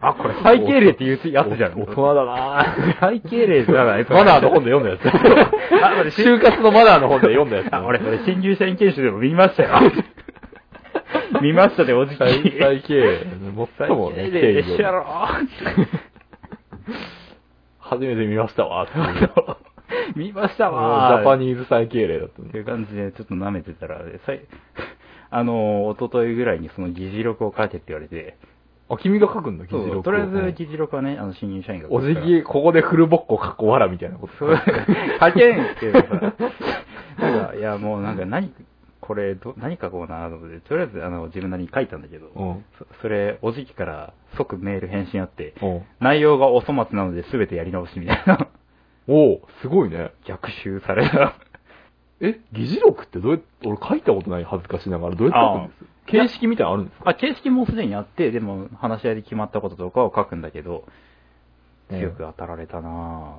[SPEAKER 2] あ、これ最敬礼って言うやつじゃん。
[SPEAKER 1] お大人だなぁ
[SPEAKER 2] 最敬礼じゃない
[SPEAKER 1] マナーの本で読んだやつ。
[SPEAKER 2] あ、俺、
[SPEAKER 1] 就活のマナーの本で読んだやつ。
[SPEAKER 2] あ、俺、それ、新入社員研修でも見ま したよ。見ましたで、おじき。
[SPEAKER 1] 最最敬礼。最もね、
[SPEAKER 2] 最敬礼で
[SPEAKER 1] 敬意を
[SPEAKER 2] しやろ。
[SPEAKER 1] 初めて見ましたわって いう。
[SPEAKER 2] 見ましたわ
[SPEAKER 1] あのジャパニーズ最敬礼だった
[SPEAKER 2] っ
[SPEAKER 1] ね
[SPEAKER 2] ていう感じで、ちょっと舐めてたら、さいあのー、一昨日ぐらいにその議事録を書いてって言われて、
[SPEAKER 1] ああ、君が書くんだ、議
[SPEAKER 2] そ
[SPEAKER 1] 事録
[SPEAKER 2] う
[SPEAKER 1] を。
[SPEAKER 2] とりあえず議事録はね、あの、新入社員が書
[SPEAKER 1] お
[SPEAKER 2] くから。
[SPEAKER 1] 辞儀、ここでフルボッコかっこわらみたいなこと。
[SPEAKER 2] そう、書けんけどさ、なんか、いや、もうなんか何、これど、何書こうなと思って、とりあえず、あの、自分なりに書いたんだけど、
[SPEAKER 1] うん
[SPEAKER 2] そそれ、おじきから即メール返信あって、
[SPEAKER 1] うん
[SPEAKER 2] 内容がお粗末なので全てやり直しみたい な、
[SPEAKER 1] おうすごいね。
[SPEAKER 2] 逆襲された。
[SPEAKER 1] え、議事録ってどうやって、俺書いたことない恥ずかしながら、どうやって書くんです
[SPEAKER 2] ああ
[SPEAKER 1] 形式みたいなのあるんですか
[SPEAKER 2] あ、形式もうすでにあって、でも、話し合いで決まったこととかを書くんだけど、強く当たられたな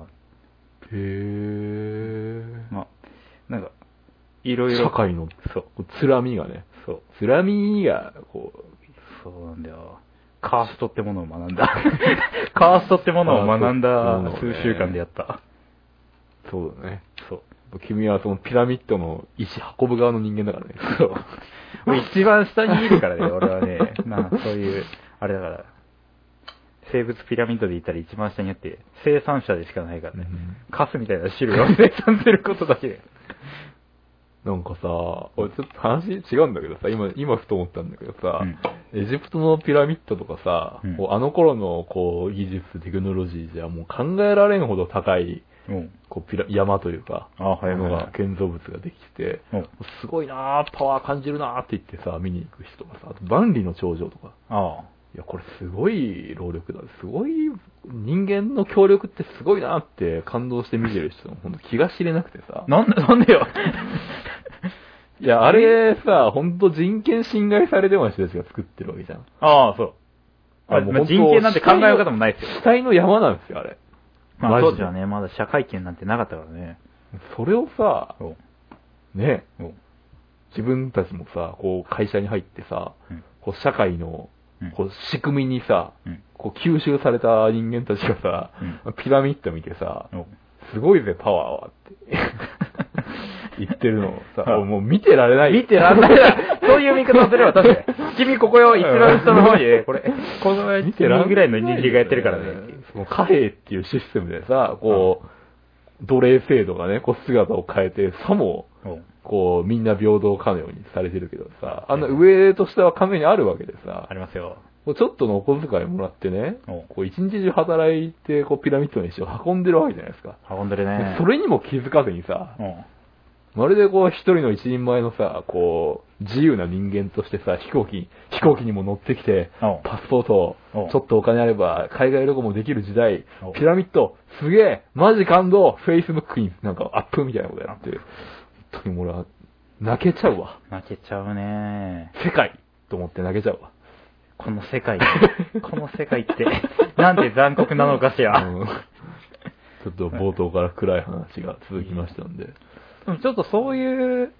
[SPEAKER 1] へ
[SPEAKER 2] ぁ、
[SPEAKER 1] え。
[SPEAKER 2] まあ、なんか、いろいろ。
[SPEAKER 1] 社会の、
[SPEAKER 2] そう、
[SPEAKER 1] つらみがね。
[SPEAKER 2] そう、
[SPEAKER 1] つらみが、こ
[SPEAKER 2] そうなんだよ。カーストってものを学んだ。 カーストってものを学ん
[SPEAKER 1] あー
[SPEAKER 2] だ
[SPEAKER 1] そう
[SPEAKER 2] 数週間でやった。
[SPEAKER 1] う、そうだね。
[SPEAKER 2] そう。
[SPEAKER 1] 君はそのピラミッドの石運ぶ側の人間だからね。
[SPEAKER 2] そう。俺一番下にいるからね、俺はね。 まあ、そういう、あれだから、生物ピラミッドで言ったら一番下にあって、生産者でしかないからね。カスみたいな汁を生産することだけで。
[SPEAKER 1] なんかさ、俺ちょっと話違うんだけどさ、今、今ふと思ったんだけどさ、
[SPEAKER 2] うん
[SPEAKER 1] エジプトのピラミッドとかさ、
[SPEAKER 2] うん
[SPEAKER 1] こうあの頃のこう技術、テクノロジーじゃもう考えられんほど高い
[SPEAKER 2] うん。
[SPEAKER 1] こうピラ山というか、
[SPEAKER 2] あはいはいはい
[SPEAKER 1] ものが建造物ができて、
[SPEAKER 2] うん
[SPEAKER 1] すごいなあパワー感じるなあって言ってさ、見に行く人とかさ、あと万里の長城とか、
[SPEAKER 2] ああ。
[SPEAKER 1] いや、これすごい労力だ。すごい、人間の協力ってすごいなって感動して見てる人の、ほんと気が知れなくてさ。
[SPEAKER 2] なんで、なん でよ。
[SPEAKER 1] いや、あれさ、ほんと人権侵害されてました人たちが作ってるわけじゃん。
[SPEAKER 2] ああ、そう。
[SPEAKER 1] あ
[SPEAKER 2] あ
[SPEAKER 1] もう
[SPEAKER 2] まあ
[SPEAKER 1] 本当
[SPEAKER 2] 人権なんて考え方もないですよ。
[SPEAKER 1] 死体の山なんですよ、あれ。
[SPEAKER 2] まあ、
[SPEAKER 1] マジ
[SPEAKER 2] 当
[SPEAKER 1] で
[SPEAKER 2] 時はね、まだ社会権なんてなかったからね。
[SPEAKER 1] それをさ、
[SPEAKER 2] お
[SPEAKER 1] ね、
[SPEAKER 2] お
[SPEAKER 1] 自分たちもさ、こう会社に入ってさ、
[SPEAKER 2] うん
[SPEAKER 1] こう社会の
[SPEAKER 2] うん
[SPEAKER 1] こう仕組みにさ、
[SPEAKER 2] うん
[SPEAKER 1] こう吸収された人間たちがさ、ピラミッド見てさ、
[SPEAKER 2] お
[SPEAKER 1] すごいぜ、パワーはって。 言ってるのをさ、
[SPEAKER 2] うん
[SPEAKER 1] 俺もう見てられない。
[SPEAKER 2] 見てらんないな。 そういう見方すれば確か に。君ここよ、一番下の方にね、 これ、この
[SPEAKER 1] 見てらんな
[SPEAKER 2] 君ぐらいの人間がやってるからね。。
[SPEAKER 1] その貨幣っていうシステムでさ、こう、奴隷制度がね、こう姿を変えて、さも、こう、みんな平等かのようにされてるけどさ、あんな上と下は完全にあるわけでさ
[SPEAKER 2] あ、りますよ。
[SPEAKER 1] こうちょっとのお小遣いもらってね
[SPEAKER 2] うん、
[SPEAKER 1] こう一日中働いて、こうピラミッドの石を運んでるわけじゃないですか。
[SPEAKER 2] 運んでるね
[SPEAKER 1] で。それにも気づかずにさ、
[SPEAKER 2] うん。
[SPEAKER 1] まるでこう一人の一人前のさ、こう、自由な人間としてさ、飛行機、飛行機にも乗ってきて、
[SPEAKER 2] うん
[SPEAKER 1] パスポート
[SPEAKER 2] うん、
[SPEAKER 1] ちょっとお金あれば、海外旅行もできる時代
[SPEAKER 2] うん、
[SPEAKER 1] ピラミッド、すげえ、マジ感動、Facebook になんかアップみたいなことやって、本当に俺は、泣けちゃうわ。
[SPEAKER 2] 泣けちゃうね。
[SPEAKER 1] 世界と思って泣けちゃうわ。
[SPEAKER 2] この世界、この世界って、なんて残酷なのかしら。
[SPEAKER 1] うんちょっと冒頭から暗い話が続きましたんで、
[SPEAKER 2] でもちょっとそういう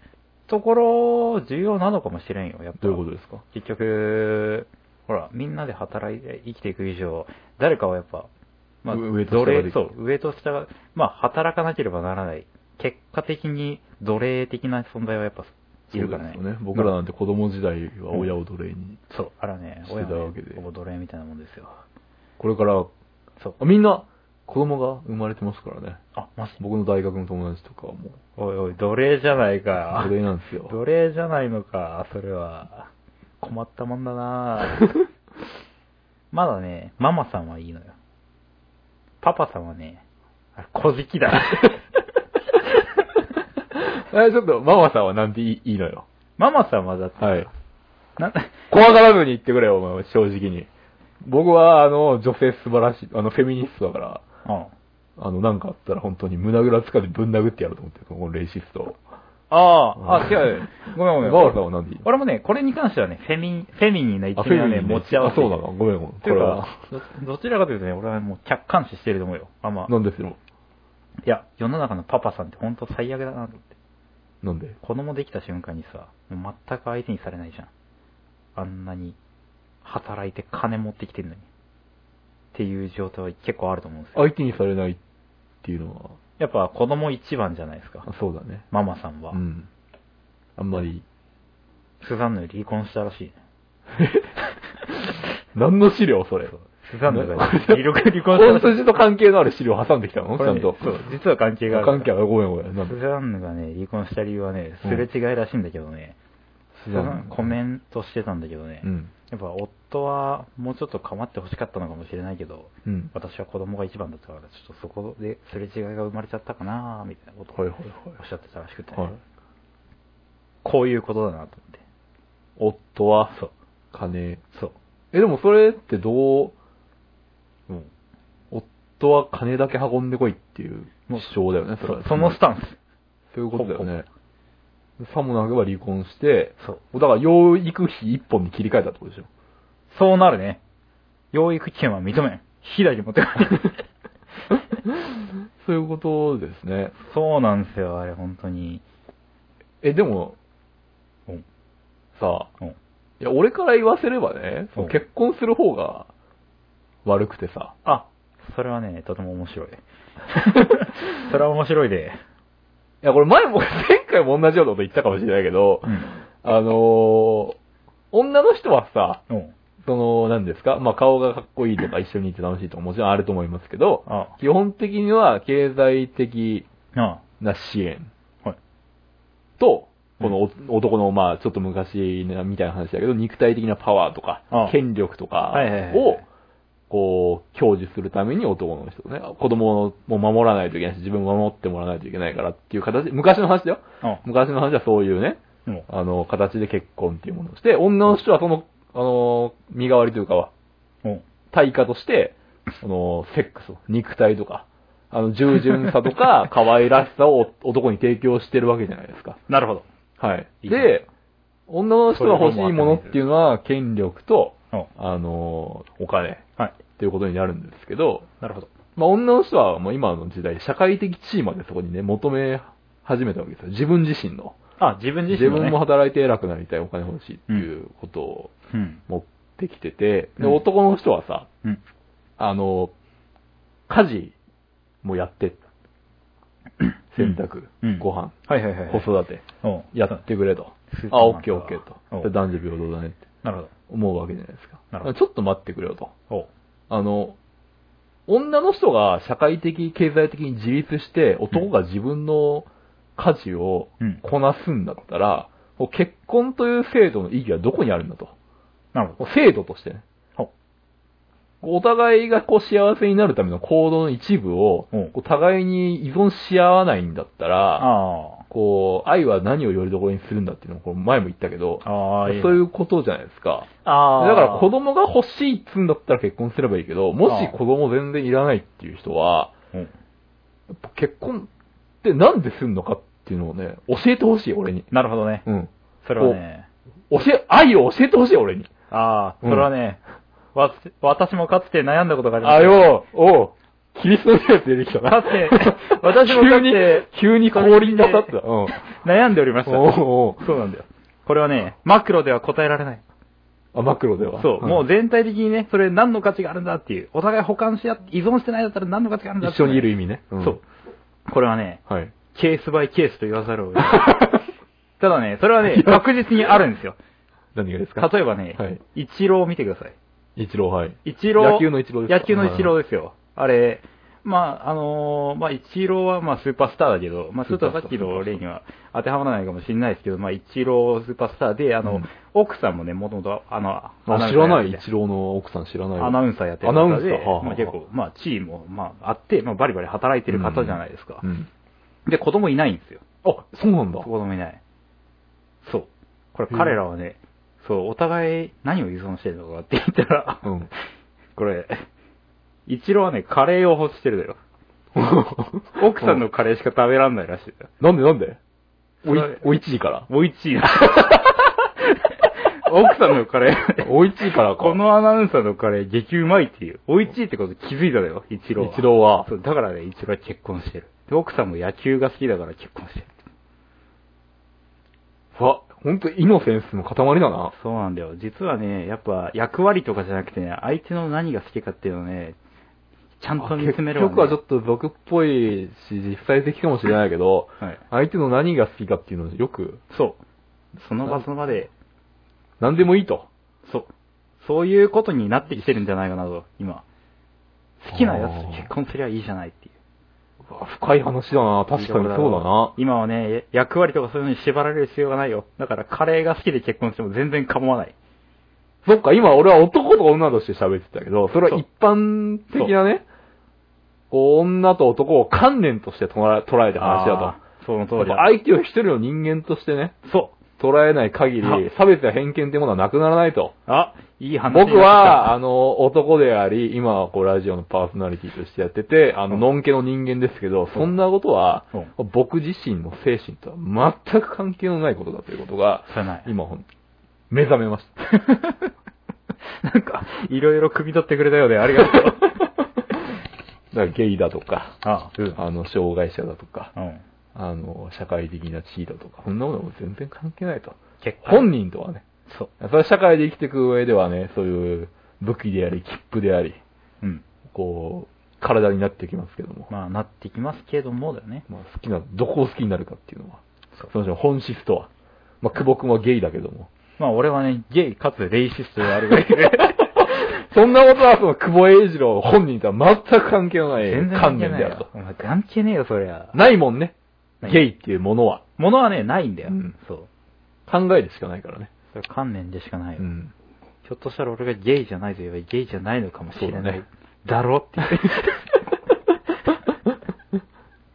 [SPEAKER 2] ところ、重要なのかもしれんよ、やっぱ。
[SPEAKER 1] どういうことですか
[SPEAKER 2] 結局、ほら、みんなで働いて生きていく以上、誰かはやっぱ、まあ、
[SPEAKER 1] う上と下
[SPEAKER 2] 奴
[SPEAKER 1] ができ
[SPEAKER 2] 隷、そう、上と下が、まあ、働かなければならない。結果的に奴隷的な存在はやっぱ、いるからね。
[SPEAKER 1] そうですよ僕ら
[SPEAKER 2] まあ
[SPEAKER 1] なんて子供時代は親を奴隷に、
[SPEAKER 2] そう、あらね
[SPEAKER 1] し、て
[SPEAKER 2] 親
[SPEAKER 1] た
[SPEAKER 2] は
[SPEAKER 1] わ
[SPEAKER 2] ね
[SPEAKER 1] けで
[SPEAKER 2] ほぼ奴隷みたいなもんですよ。
[SPEAKER 1] これから、
[SPEAKER 2] そう。
[SPEAKER 1] あみんな子供が生まれてますからね。
[SPEAKER 2] あ、マジ
[SPEAKER 1] 僕の大学の友達とかはもう
[SPEAKER 2] おいおい、奴隷じゃないか。
[SPEAKER 1] 奴隷なんですよ
[SPEAKER 2] 奴隷じゃないのか、それは。困ったもん だなまだね、ママさんはいいのよ。パパさんはね、あれ、小じき だ。
[SPEAKER 1] え、ちょっと、ママさんはなんていいいいのよ。
[SPEAKER 2] ママさんはだって、
[SPEAKER 1] はい。
[SPEAKER 2] な、
[SPEAKER 1] 怖がらずに言ってくれよ、お前は正直に。僕は、あの、女性素晴らしい、あの、フェミニストだから、
[SPEAKER 2] うん。
[SPEAKER 1] あの、なんかあったら本当に胸ぐらつかでぶん殴ってやると思ってる、このレイシストを。
[SPEAKER 2] あ
[SPEAKER 1] う
[SPEAKER 2] あ、
[SPEAKER 1] ん
[SPEAKER 2] 違う。ごめんごめん。
[SPEAKER 1] ママさんは何でいいの
[SPEAKER 2] 俺もね、これに関してはね、フェミ、フェミニーな一面はね、
[SPEAKER 1] フェミニー
[SPEAKER 2] 持ち合わせて
[SPEAKER 1] あそう
[SPEAKER 2] る。
[SPEAKER 1] なのごめんごめん。
[SPEAKER 2] っ
[SPEAKER 1] こ
[SPEAKER 2] ていう
[SPEAKER 1] れ
[SPEAKER 2] か
[SPEAKER 1] は。、
[SPEAKER 2] どどちらかというとね、俺はもう客観視してると思うよ。あんま。
[SPEAKER 1] なんですよ。
[SPEAKER 2] いや、世の中のパパさんって本当最悪だなと思って。
[SPEAKER 1] なんで
[SPEAKER 2] 子供できた瞬間にさ、もう全く相手にされないじゃん。あんなに働いて金持ってきてるのに。っていう状態は結構あると思うんですよ。
[SPEAKER 1] 相手にされないっていうのは、
[SPEAKER 2] やっぱ子供一番じゃないです か
[SPEAKER 1] あ。そうだね。
[SPEAKER 2] ママさんは。
[SPEAKER 1] うん。あんまり、
[SPEAKER 2] スザンヌに離婚したらしいね。
[SPEAKER 1] 何の資料それ。
[SPEAKER 2] スザンヌが 離婚離婚したら
[SPEAKER 1] 本
[SPEAKER 2] しい。
[SPEAKER 1] 筋と関係のある資料挟んできたのち
[SPEAKER 2] これ
[SPEAKER 1] ゃ
[SPEAKER 2] ね
[SPEAKER 1] んと。
[SPEAKER 2] そう、実は関係がある。
[SPEAKER 1] 関係ある。ごめんごめん。なんで
[SPEAKER 2] スザンヌがね、離婚した理由はね、すれ違いらしいんだけどね、
[SPEAKER 1] じゃん。
[SPEAKER 2] コメントしてたんだけどね、
[SPEAKER 1] うん。
[SPEAKER 2] やっぱ夫はもうちょっと構ってほしかったのかもしれないけど、
[SPEAKER 1] うん。
[SPEAKER 2] 私は子供が一番だったから、ちょっとそこですれ違いが生まれちゃったかなみたいなこと
[SPEAKER 1] は
[SPEAKER 2] を
[SPEAKER 1] い
[SPEAKER 2] お
[SPEAKER 1] はい
[SPEAKER 2] っしゃってたらしくて、
[SPEAKER 1] はい。はい。
[SPEAKER 2] こういうことだなと思って。
[SPEAKER 1] 夫は、
[SPEAKER 2] そう。
[SPEAKER 1] 金。
[SPEAKER 2] そう。
[SPEAKER 1] え、でもそれってどう、
[SPEAKER 2] うん、
[SPEAKER 1] 夫は金だけ運んでこいっていう主張だよね、それは。
[SPEAKER 2] そのスタンス。
[SPEAKER 1] そういうことだよね。さもなくば離婚して、
[SPEAKER 2] そう。
[SPEAKER 1] だから養育費一本に切り替えたってこと でしょ。
[SPEAKER 2] そうなるね。養育権は認めん。左に持ってか れる
[SPEAKER 1] そういうことですね。
[SPEAKER 2] そうなんですよ、あれ、本当に。
[SPEAKER 1] え、でも、
[SPEAKER 2] うん。
[SPEAKER 1] さあ、
[SPEAKER 2] うん。
[SPEAKER 1] いや、俺から言わせればね、
[SPEAKER 2] うん
[SPEAKER 1] 結婚する方が悪くてさ、
[SPEAKER 2] あ、それはね、とても面 白い。それは面白いで。
[SPEAKER 1] いや、これ前も、前回も同じようなこと言ったかもしれないけど、
[SPEAKER 2] うん。
[SPEAKER 1] あのー女の人はさ、
[SPEAKER 2] うん。
[SPEAKER 1] その、なんですか、まあ、顔がかっこいいとか一緒にいて楽しいとかもちろんあると思いますけど、
[SPEAKER 2] あ、
[SPEAKER 1] 基本的には経済的
[SPEAKER 2] あ
[SPEAKER 1] な支援
[SPEAKER 2] あ、はい。
[SPEAKER 1] と、このお男の、まあ、ちょっと昔なみたいな話だけど、肉体的なパワーとか
[SPEAKER 2] あ、
[SPEAKER 1] 権力とか
[SPEAKER 2] はいはいはいは
[SPEAKER 1] を
[SPEAKER 2] い、
[SPEAKER 1] こう、享受するために男の人ね、子供も守らないといけないし、自分も守ってもらわないといけないからっていう形、昔の話だよ。
[SPEAKER 2] あ、
[SPEAKER 1] 昔の話はそういうね、
[SPEAKER 2] うん。
[SPEAKER 1] あの、形で結婚っていうものをして、女の人はその、あの、身代わりというかは、
[SPEAKER 2] うん。
[SPEAKER 1] 対価として、あの、セックスを、肉体とか、あの、従順さと か、可愛らしさを男に提供してるわけじゃないですか。
[SPEAKER 2] なるほど。
[SPEAKER 1] はい。
[SPEAKER 2] いいね
[SPEAKER 1] で、女の人が欲しいものっていうのは、権力と、
[SPEAKER 2] うん。
[SPEAKER 1] あの、お金っ
[SPEAKER 2] はい。
[SPEAKER 1] ていうことになるんですけど、
[SPEAKER 2] なるほど。
[SPEAKER 1] まあ、女の人はもう今の時代、社会的地位までそこにね、求め始めたわけですよ。自分自身の。
[SPEAKER 2] あ、自分自
[SPEAKER 1] 自
[SPEAKER 2] 身の、ね、
[SPEAKER 1] 分も働いて偉くなりたい、お金欲しいっていうことを
[SPEAKER 2] うん。
[SPEAKER 1] 持ってきてて、で、
[SPEAKER 2] うん
[SPEAKER 1] 男の人はさ、
[SPEAKER 2] うん。
[SPEAKER 1] あの、家事もやって、洗濯、
[SPEAKER 2] うん
[SPEAKER 1] ご飯、
[SPEAKER 2] はいはいはい、はい。
[SPEAKER 1] 子育て、
[SPEAKER 2] うん。
[SPEAKER 1] やってくれと
[SPEAKER 2] スー。パー
[SPEAKER 1] あ、
[SPEAKER 2] マン
[SPEAKER 1] オッケーオッケー
[SPEAKER 2] う
[SPEAKER 1] と。
[SPEAKER 2] ん
[SPEAKER 1] で男女平等だねって
[SPEAKER 2] なるほ
[SPEAKER 1] 思うわけじゃないですか。
[SPEAKER 2] なるほど
[SPEAKER 1] ちょっと待ってくれよと。
[SPEAKER 2] ど。お
[SPEAKER 1] あの、女の人が社会的、経済的に自立して、男が自分の家事を
[SPEAKER 2] うん
[SPEAKER 1] こなすんだったら、もう結婚という制度の意義はどこにあるんだと。
[SPEAKER 2] なるほ
[SPEAKER 1] も
[SPEAKER 2] ど。
[SPEAKER 1] う制度としてね。
[SPEAKER 2] お
[SPEAKER 1] お互いがこう幸せになるための行動の一部を
[SPEAKER 2] うん、
[SPEAKER 1] こう互いに依存し合わないんだったら、
[SPEAKER 2] あ
[SPEAKER 1] こう、愛は何をよりどころにするんだっていうのをこれ前も言ったけど
[SPEAKER 2] あ。、ああ、。
[SPEAKER 1] そういううことじゃないですか。だ
[SPEAKER 2] ああ。
[SPEAKER 1] から子供が欲しいっつうんだったら結婚すればいいけど、もし子供全然いらないっていう人は、
[SPEAKER 2] うん。
[SPEAKER 1] やっぱ結婚ってなんですんのかっていうのをね、教えてほしい、俺に。
[SPEAKER 2] なるほどね。
[SPEAKER 1] うん。
[SPEAKER 2] それはね。
[SPEAKER 1] 教え、愛を教えてほしい、俺に。
[SPEAKER 2] ああ、
[SPEAKER 1] うん
[SPEAKER 2] それはね、わつ私もかつて悩んだことがあります。
[SPEAKER 1] あよ、おう、キリストのやつ出てきたな。
[SPEAKER 2] かつて、私もかつて
[SPEAKER 1] 急に、急に降臨なさった。うん。
[SPEAKER 2] 悩んでおりました。
[SPEAKER 1] おうお
[SPEAKER 2] そうなんだよ。これはね、マクロでは答えられない。
[SPEAKER 1] うあ、マクロでは。
[SPEAKER 2] そう、もう
[SPEAKER 1] う
[SPEAKER 2] 全体的にね、それ何の価値があるんだっていう、お互い補完し合って、依存してないだったら何の価値があるん
[SPEAKER 1] ん
[SPEAKER 2] だ
[SPEAKER 1] 一緒にいる意
[SPEAKER 2] 味、
[SPEAKER 1] 味ね。ん
[SPEAKER 2] そう。。これはね、
[SPEAKER 1] はい。
[SPEAKER 2] ケースバイケースと言わざるを得 ない。ただね、それはね、確実にあるんですよ。
[SPEAKER 1] 何がですか
[SPEAKER 2] 例えばね、
[SPEAKER 1] はい
[SPEAKER 2] イチローを見てください。
[SPEAKER 1] 一郎、はい。
[SPEAKER 2] 一郎。
[SPEAKER 1] 野球のイチローですか
[SPEAKER 2] 野球のイチローですよ。あれ、まあ、あのーまあ、イチローはまあスーパースターだけど、まあ、
[SPEAKER 1] ス
[SPEAKER 2] ス
[SPEAKER 1] ー
[SPEAKER 2] ー
[SPEAKER 1] パ
[SPEAKER 2] パ
[SPEAKER 1] ースター
[SPEAKER 2] ーさっきの例には当てはまらないかもしれないですけど、まあ、イチロースーパースターで、あの、
[SPEAKER 1] うん
[SPEAKER 2] 奥さんもね、もともと、あの、ア
[SPEAKER 1] あ
[SPEAKER 2] ナウン
[SPEAKER 1] 知
[SPEAKER 2] サー
[SPEAKER 1] ら
[SPEAKER 2] や
[SPEAKER 1] な
[SPEAKER 2] って
[SPEAKER 1] い、
[SPEAKER 2] て
[SPEAKER 1] 一郎の奥さん知らないわ。
[SPEAKER 2] アナウンサーやってる
[SPEAKER 1] アナウン
[SPEAKER 2] 方
[SPEAKER 1] サー
[SPEAKER 2] で、
[SPEAKER 1] はあはあ
[SPEAKER 2] まあ、結構、まあ、地位も、まあ、あって、まあ、バリバリ働いてる方じゃないですか。
[SPEAKER 1] うん。
[SPEAKER 2] で、子供いないんですよ。
[SPEAKER 1] あ、そうなんだ。
[SPEAKER 2] 子供いない。そう。これ、彼らはね、そう、お互い何を依存してるのかって言ったら、
[SPEAKER 1] うん。
[SPEAKER 2] これ、一郎はね、カレーを欲してるだよ。奥さんのカレーしか食べらんないらしいだよ。
[SPEAKER 1] なんでなんでおい
[SPEAKER 2] それ、
[SPEAKER 1] おいちいから。
[SPEAKER 2] おいちいな。 奥さんのカレー。
[SPEAKER 1] おいちいからか。
[SPEAKER 2] このアナウンサーのカレー、激うまいっていう。おいちいってこと気づいただよ、一郎は。
[SPEAKER 1] 一郎は
[SPEAKER 2] そう、だからね、一郎は結婚してる。で、奥さんも野球が好きだから結婚してる。
[SPEAKER 1] わ、ほんとイノセンスの塊だな。
[SPEAKER 2] そうなんだよ。実はね、やっぱ役割とかじゃなくてね、相手の何が好きかっていうのをね、ちゃんと見つめるわ、ね。
[SPEAKER 1] 結局はちょっと俗っぽいし、実際的かもしれないけど、
[SPEAKER 2] はい
[SPEAKER 1] 相手の何が好きかっていうのをよく、
[SPEAKER 2] そう。その場その場で、
[SPEAKER 1] 何でもいいと。
[SPEAKER 2] そう。そういうことになってきてるんじゃないかなと、今。好きなやつと結婚すりゃいいじゃないっていう。
[SPEAKER 1] 深い話だな。確かにそうだな。
[SPEAKER 2] 今はね、役割とかそういうのに縛られる必要がないよ。だからカレーが好きで結婚しても全然構わない。
[SPEAKER 1] そっか、今俺は男と女として喋ってたけど、それは一般的なね、こう女と男を観念として捉え捉えた話だ
[SPEAKER 2] あー。その
[SPEAKER 1] と。
[SPEAKER 2] 通
[SPEAKER 1] やっぱ
[SPEAKER 2] りだ。
[SPEAKER 1] 相手を一人の人間としてね、
[SPEAKER 2] そ
[SPEAKER 1] 捉えない限り、差別や偏見ってものはなくならないと。
[SPEAKER 2] う。あ、いい話になってき
[SPEAKER 1] 僕
[SPEAKER 2] た
[SPEAKER 1] は、、あの、男であり、今はこう、ラジオのパーソナリティとしてやってて、あの、
[SPEAKER 2] うん
[SPEAKER 1] のんけの人間ですけど、そんなことは
[SPEAKER 2] うん、
[SPEAKER 1] 僕自身の精神とは全く関係のないことだということが、
[SPEAKER 2] そうやない。
[SPEAKER 1] 今、ほん目覚めました。
[SPEAKER 2] なんか、いろいろ汲み取ってくれたよう で、ありがとう。
[SPEAKER 1] だからゲイだとか、
[SPEAKER 2] あ、うん。
[SPEAKER 1] あの、障害者だとか、
[SPEAKER 2] うん。
[SPEAKER 1] あの、社会的な地位だとか、そんなものはもう全然関係ないと。
[SPEAKER 2] 結果。
[SPEAKER 1] 本人とはね、
[SPEAKER 2] そう。
[SPEAKER 1] それは社会で生きていく上ではね、そういう武器であり、切符であり、
[SPEAKER 2] うん。
[SPEAKER 1] こう、体になってきますけども。
[SPEAKER 2] まあ、なってきますけども、だよね。
[SPEAKER 1] まあ、好きな、どこを好きになるかっていうのは、
[SPEAKER 2] そう
[SPEAKER 1] その人の本質とは。まあ、久保君はゲイだけども。
[SPEAKER 2] まあ、俺はね、ゲイかつレイシストであるわけで。
[SPEAKER 1] そんなことは、その久保栄二郎本人とは全く関係のない
[SPEAKER 2] 全然
[SPEAKER 1] 観
[SPEAKER 2] 関係
[SPEAKER 1] 念
[SPEAKER 2] ない
[SPEAKER 1] である
[SPEAKER 2] よ
[SPEAKER 1] と。。
[SPEAKER 2] お前関係ねえよ、そりゃ。
[SPEAKER 1] ないもんね。
[SPEAKER 2] ない
[SPEAKER 1] ゲイっていうものは。
[SPEAKER 2] ものはね、ないんだよ。
[SPEAKER 1] うん
[SPEAKER 2] そう。
[SPEAKER 1] 考えでしかないからね。
[SPEAKER 2] それ観念でしかないよ。
[SPEAKER 1] うん。
[SPEAKER 2] ひょっとしたら俺がゲイじゃないと言えばゲイじゃないのかもし
[SPEAKER 1] そう
[SPEAKER 2] れ
[SPEAKER 1] だ
[SPEAKER 2] ない。
[SPEAKER 1] ね
[SPEAKER 2] だろって言って。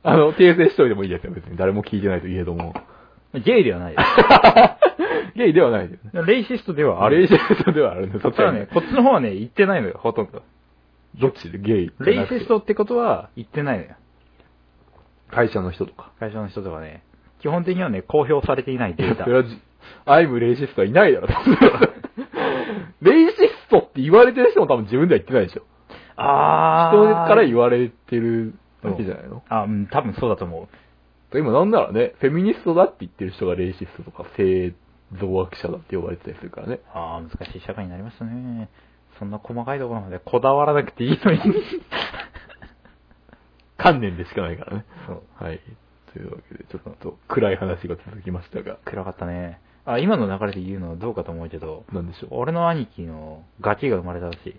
[SPEAKER 1] あの、訂正しといてもいいですよ、別に。誰も聞いてないといえど も。
[SPEAKER 2] ゲイではないで
[SPEAKER 1] ゲイではないですね。
[SPEAKER 2] す。レイシストではあ
[SPEAKER 1] あれ、
[SPEAKER 2] る。
[SPEAKER 1] レイシストではあるんで、
[SPEAKER 2] た
[SPEAKER 1] そっちは
[SPEAKER 2] だね
[SPEAKER 1] ね、、
[SPEAKER 2] こっちの方はね、言ってないのよ、ほとんど。
[SPEAKER 1] どっちでゲイ
[SPEAKER 2] レイシス
[SPEAKER 1] ト
[SPEAKER 2] トってことは言ってないのよ。
[SPEAKER 1] 会社の人とか。
[SPEAKER 2] 会社の人とかね。基本的にはね、公表されていない
[SPEAKER 1] い
[SPEAKER 2] デ
[SPEAKER 1] や
[SPEAKER 2] ー
[SPEAKER 1] そ
[SPEAKER 2] タ。
[SPEAKER 1] れはじ、アイムレイシストはい ないだろ。レイシストって言われてる人も多分自分では言ってないでしょ。
[SPEAKER 2] あ
[SPEAKER 1] 人
[SPEAKER 2] ー。
[SPEAKER 1] から言われてるだけじゃないの
[SPEAKER 2] あ、うん、多分そうだと思う。
[SPEAKER 1] 今なんならね、フェミニストだって言ってる人がレイシストとか性増悪者だって呼ばれてたりするからね。
[SPEAKER 2] あー、難しい社会になりましたね。そんな細かいところまでこだわらなくていいのに。
[SPEAKER 1] 観念でしかないからね。
[SPEAKER 2] そう。
[SPEAKER 1] はい。というわけで、ちょっと暗い話が続きましたが、
[SPEAKER 2] 暗かったね。あ、今の流れで言うのはどうかと思うけど、
[SPEAKER 1] なんでしょ
[SPEAKER 2] 俺の兄貴のガキが生まれたらしい。
[SPEAKER 1] う。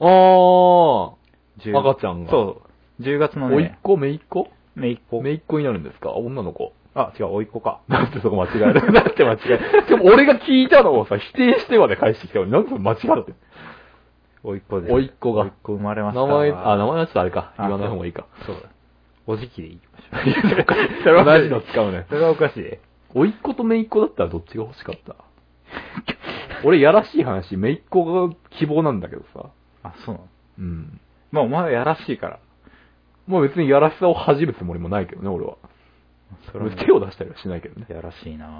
[SPEAKER 1] あ
[SPEAKER 2] 10
[SPEAKER 1] 赤ちゃんが
[SPEAKER 2] そう。10月
[SPEAKER 1] あ、
[SPEAKER 2] の
[SPEAKER 1] おいっ
[SPEAKER 2] ね、
[SPEAKER 1] 子、めいっ子
[SPEAKER 2] めいっ子
[SPEAKER 1] め。いっ子になるんですか女の子。
[SPEAKER 2] あ、違う、おいっ子か。
[SPEAKER 1] なんてそこ間違える。 なんて間違える。でも俺が聞いたのをさ、否定してまで返してきたのに、なんでそれ間違ってん
[SPEAKER 2] おいっ子で。
[SPEAKER 1] おいっ子が
[SPEAKER 2] おいっ子生まれました
[SPEAKER 1] 名
[SPEAKER 2] わ。
[SPEAKER 1] 前、あ、名前はちょっとあれか。
[SPEAKER 2] あ
[SPEAKER 1] 言わない方がいいか。
[SPEAKER 2] そうだ。おじきでいきましょ
[SPEAKER 1] いや そうかそれは同じの使うね
[SPEAKER 2] う。。それはおかしい。
[SPEAKER 1] 甥っ子と姪っ子だったらどっちが欲しかった俺、やらしい話、姪っ子が希望なんだけどさ。
[SPEAKER 2] あ、そうなの
[SPEAKER 1] うん。
[SPEAKER 2] まあ、お前はやらしいから。
[SPEAKER 1] まあ別にやらしさを恥じるつもりもないけどね、俺は。
[SPEAKER 2] それはもう
[SPEAKER 1] 手を出したりはしないけどね。
[SPEAKER 2] やらしいなぁ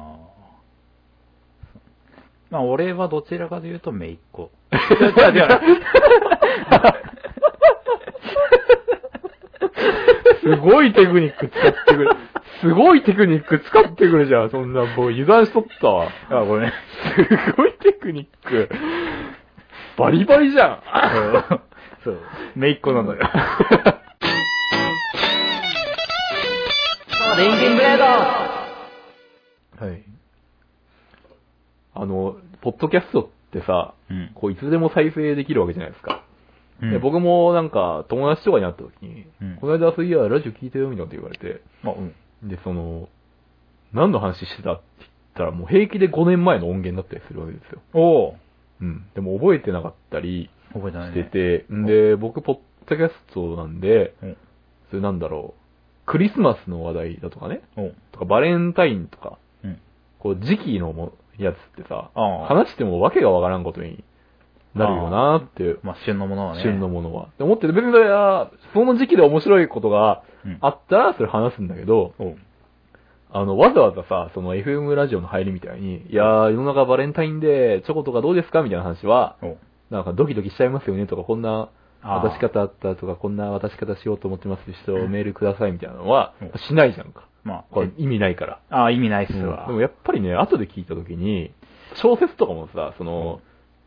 [SPEAKER 2] まあ、俺はどちらかというと、めいっ 子。
[SPEAKER 1] すごいテクニック使ってくる。すごいテクニック使ってくるじゃん、そんな。もう油断しとったわ。
[SPEAKER 2] あ、ごめん。
[SPEAKER 1] すごいテクニック。バリバリじゃん。
[SPEAKER 2] そう。めいっ子な のよ。レンゲンブレード
[SPEAKER 1] はい。あの、ポッドキャストってさ、
[SPEAKER 2] うん
[SPEAKER 1] こういつでも再生できるわけじゃないですか。
[SPEAKER 2] うん
[SPEAKER 1] で僕もなんか友達とかに会った時に、
[SPEAKER 2] うん
[SPEAKER 1] この間そういやラジオ聞いたよみたいなこと言われて、
[SPEAKER 2] まあ、うん。
[SPEAKER 1] で、その、何の話してたって言ったらもう平気で5年前の音源だったりするわけですよ。
[SPEAKER 2] おお
[SPEAKER 1] うん。でも覚えてなかったり
[SPEAKER 2] 覚えてない
[SPEAKER 1] し
[SPEAKER 2] ね。
[SPEAKER 1] てて、んで、僕ポッドキャストなんで、
[SPEAKER 2] うん。
[SPEAKER 1] それなんだろう、クリスマスの話題だとかね、
[SPEAKER 2] おう
[SPEAKER 1] とかバレンタインとか、
[SPEAKER 2] うん。
[SPEAKER 1] こう時期のもやつってさ、
[SPEAKER 2] ああ
[SPEAKER 1] 話してもわけがわからんことになるよなって、
[SPEAKER 2] まあ、旬のものはね。
[SPEAKER 1] 旬のものは。で思ってて、別にそれはその時期で面白いことが
[SPEAKER 2] うん
[SPEAKER 1] あったらそれ話すんだけど、
[SPEAKER 2] おう
[SPEAKER 1] あの、わざわざさ、その FM ラジオの入りみたいに、いやー、世の中バレンタインデー、チョコとかどうですかみたいな話は、
[SPEAKER 2] おう
[SPEAKER 1] なんかドキドキしちゃいますよねとか、こんな
[SPEAKER 2] あー
[SPEAKER 1] 渡し方あったとか、こんな渡し方しようと思ってます人、メールくださいみたいなのは
[SPEAKER 2] うん、
[SPEAKER 1] しないじゃんか。
[SPEAKER 2] まあ、
[SPEAKER 1] これ意味ないから。
[SPEAKER 2] ああ、意味ないっす
[SPEAKER 1] うん
[SPEAKER 2] わ。
[SPEAKER 1] でもやっぱりね、後で聞いた時に、小説とかもさ、その、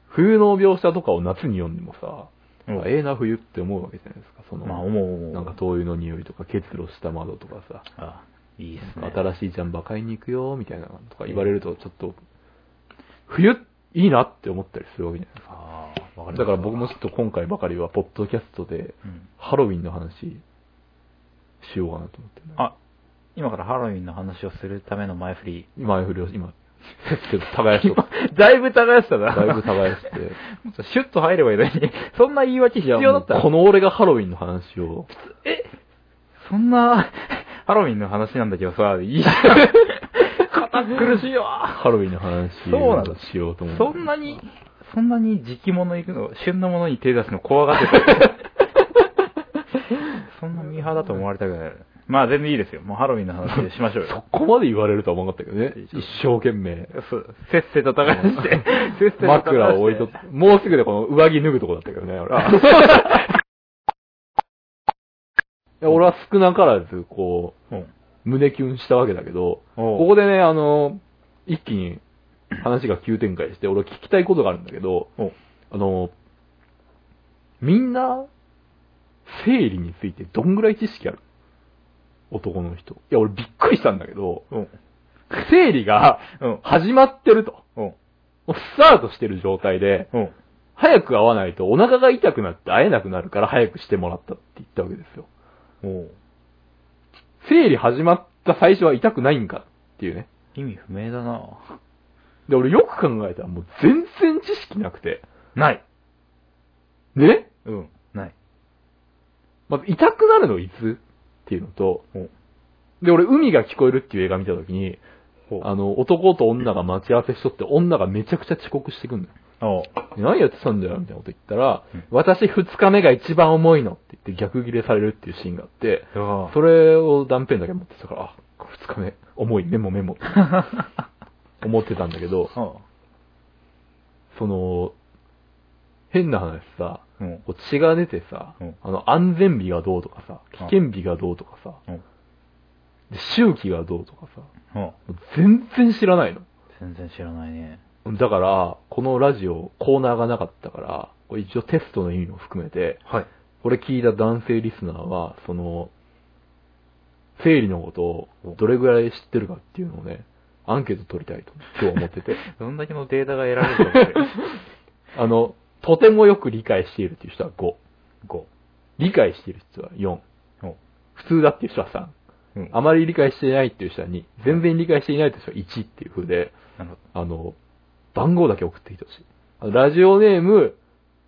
[SPEAKER 1] 冬の描写とかを夏に読んでもさ、
[SPEAKER 2] うん
[SPEAKER 1] ええな冬って思うわけじゃないですか。その、
[SPEAKER 2] まあ、思う思う。
[SPEAKER 1] なんか灯油の匂いとか、結露した窓とかさ、
[SPEAKER 2] あいいっすね。
[SPEAKER 1] 新しいジャンバー買いに行くよ、みたいなのとか言われると、ちょっと、冬、いいなって思ったりするわけじゃないです
[SPEAKER 2] ああ、わ
[SPEAKER 1] か。
[SPEAKER 2] かる。
[SPEAKER 1] だから僕もちょっと今回ばかりは、ポッドキャストで
[SPEAKER 2] うん、
[SPEAKER 1] ハロウィンの話、しようかなと思ってんだ。
[SPEAKER 2] あ、今からハロウィンの話をするための前振り。
[SPEAKER 1] 今、振りを、今、せっせと耕しとく。
[SPEAKER 2] だいぶ耕したな。
[SPEAKER 1] だいぶ耕して。
[SPEAKER 2] もっとシュッと入ればいいのに。 そんな言い訳必要だった
[SPEAKER 1] いやもうこの俺がハロウィンの話を。
[SPEAKER 2] えそんな、ハロウィンの話なんだけどさ、い いじゃん。堅苦しいわ。
[SPEAKER 1] ハロウィンの話
[SPEAKER 2] そうなの
[SPEAKER 1] をしようと思って。
[SPEAKER 2] そんなに、そんなに時期物行くの、旬のものに手出すの怖がってた。そんなミーハーだと思われたくない。まあ全然いいですよ。もうハロウィンの話しましょう
[SPEAKER 1] そ
[SPEAKER 2] よ。
[SPEAKER 1] こまで言われるとは思わなかったけどね。一生懸命。
[SPEAKER 2] そうせっせと耕して、せっせと耕して。
[SPEAKER 1] 枕を置い とって、もうすぐでこの上着脱ぐとこだったけどね、俺は。いや俺は少なからず、こ
[SPEAKER 2] うん
[SPEAKER 1] う、胸キュンしたわけだけど、
[SPEAKER 2] おう
[SPEAKER 1] ここでね、あの、一気に話が急展開して、俺聞きたいことがあるんだけど、
[SPEAKER 2] おう
[SPEAKER 1] あの、みんな、生理についてどんぐらい知識ある男の人。いや、俺びっくりしたんだけど、
[SPEAKER 2] うん。
[SPEAKER 1] 生理が
[SPEAKER 2] うん。
[SPEAKER 1] 始まってると。
[SPEAKER 2] うん。
[SPEAKER 1] もうスタートしてる状態で、
[SPEAKER 2] うん。
[SPEAKER 1] 早く会わないとお腹が痛くなって会えなくなるから早くしてもらったって言ったわけですよ。
[SPEAKER 2] おう
[SPEAKER 1] 生理始まった最初は痛くないんかっていうね。
[SPEAKER 2] 意味不明だな
[SPEAKER 1] で、俺よく考えたらもう全然知識なくて。
[SPEAKER 2] ない。
[SPEAKER 1] ね
[SPEAKER 2] うん。ない。
[SPEAKER 1] まず痛くなるのいつっていうのと、
[SPEAKER 2] おう
[SPEAKER 1] で、俺海が聞こえるっていう映画見た時に、
[SPEAKER 2] おう
[SPEAKER 1] あの、男と女が待ち合わせしとって女がめちゃくちゃ遅刻してくんのよ。
[SPEAKER 2] おう
[SPEAKER 1] で何やってたんだよみたいなこと言ったら、
[SPEAKER 2] うん
[SPEAKER 1] 私二日目が一番重いのって言って逆ギレされるっていうシーンがあって、
[SPEAKER 2] いやー
[SPEAKER 1] それを断片だけ持ってたから、あ、二日目、重い、メモメモって思ってたんだけど、
[SPEAKER 2] おう
[SPEAKER 1] その、変な話さ、
[SPEAKER 2] うん。
[SPEAKER 1] こう血が出てさ
[SPEAKER 2] うん、
[SPEAKER 1] あの、安全日がどうとかさ、危険日がどうとかさ、
[SPEAKER 2] うん。
[SPEAKER 1] で周期がどうとかさ、
[SPEAKER 2] うん。
[SPEAKER 1] 全然知らないの。
[SPEAKER 2] 全然知らないね。
[SPEAKER 1] だから、このラジオ、コーナーがなかったから、これ一応テストの意味も含めて、
[SPEAKER 2] はい。
[SPEAKER 1] これ聞いた男性リスナーは、その、生理のことをどれぐらい知ってるかっていうのをね、アンケート取りたいと今日思ってて。
[SPEAKER 2] どんだけのデータが得られるかって
[SPEAKER 1] あの、とてもよく理解しているっていう人は5。
[SPEAKER 2] 五。
[SPEAKER 1] 理解している人は4。
[SPEAKER 2] お
[SPEAKER 1] 普通だっていう人は3。
[SPEAKER 2] うん。
[SPEAKER 1] あまり理解していないっていう人は2。全然理解していないっていう人は1っていう風で、
[SPEAKER 2] なるほ
[SPEAKER 1] あの、番号だけ送ってきてほしいあの。ラジオネーム、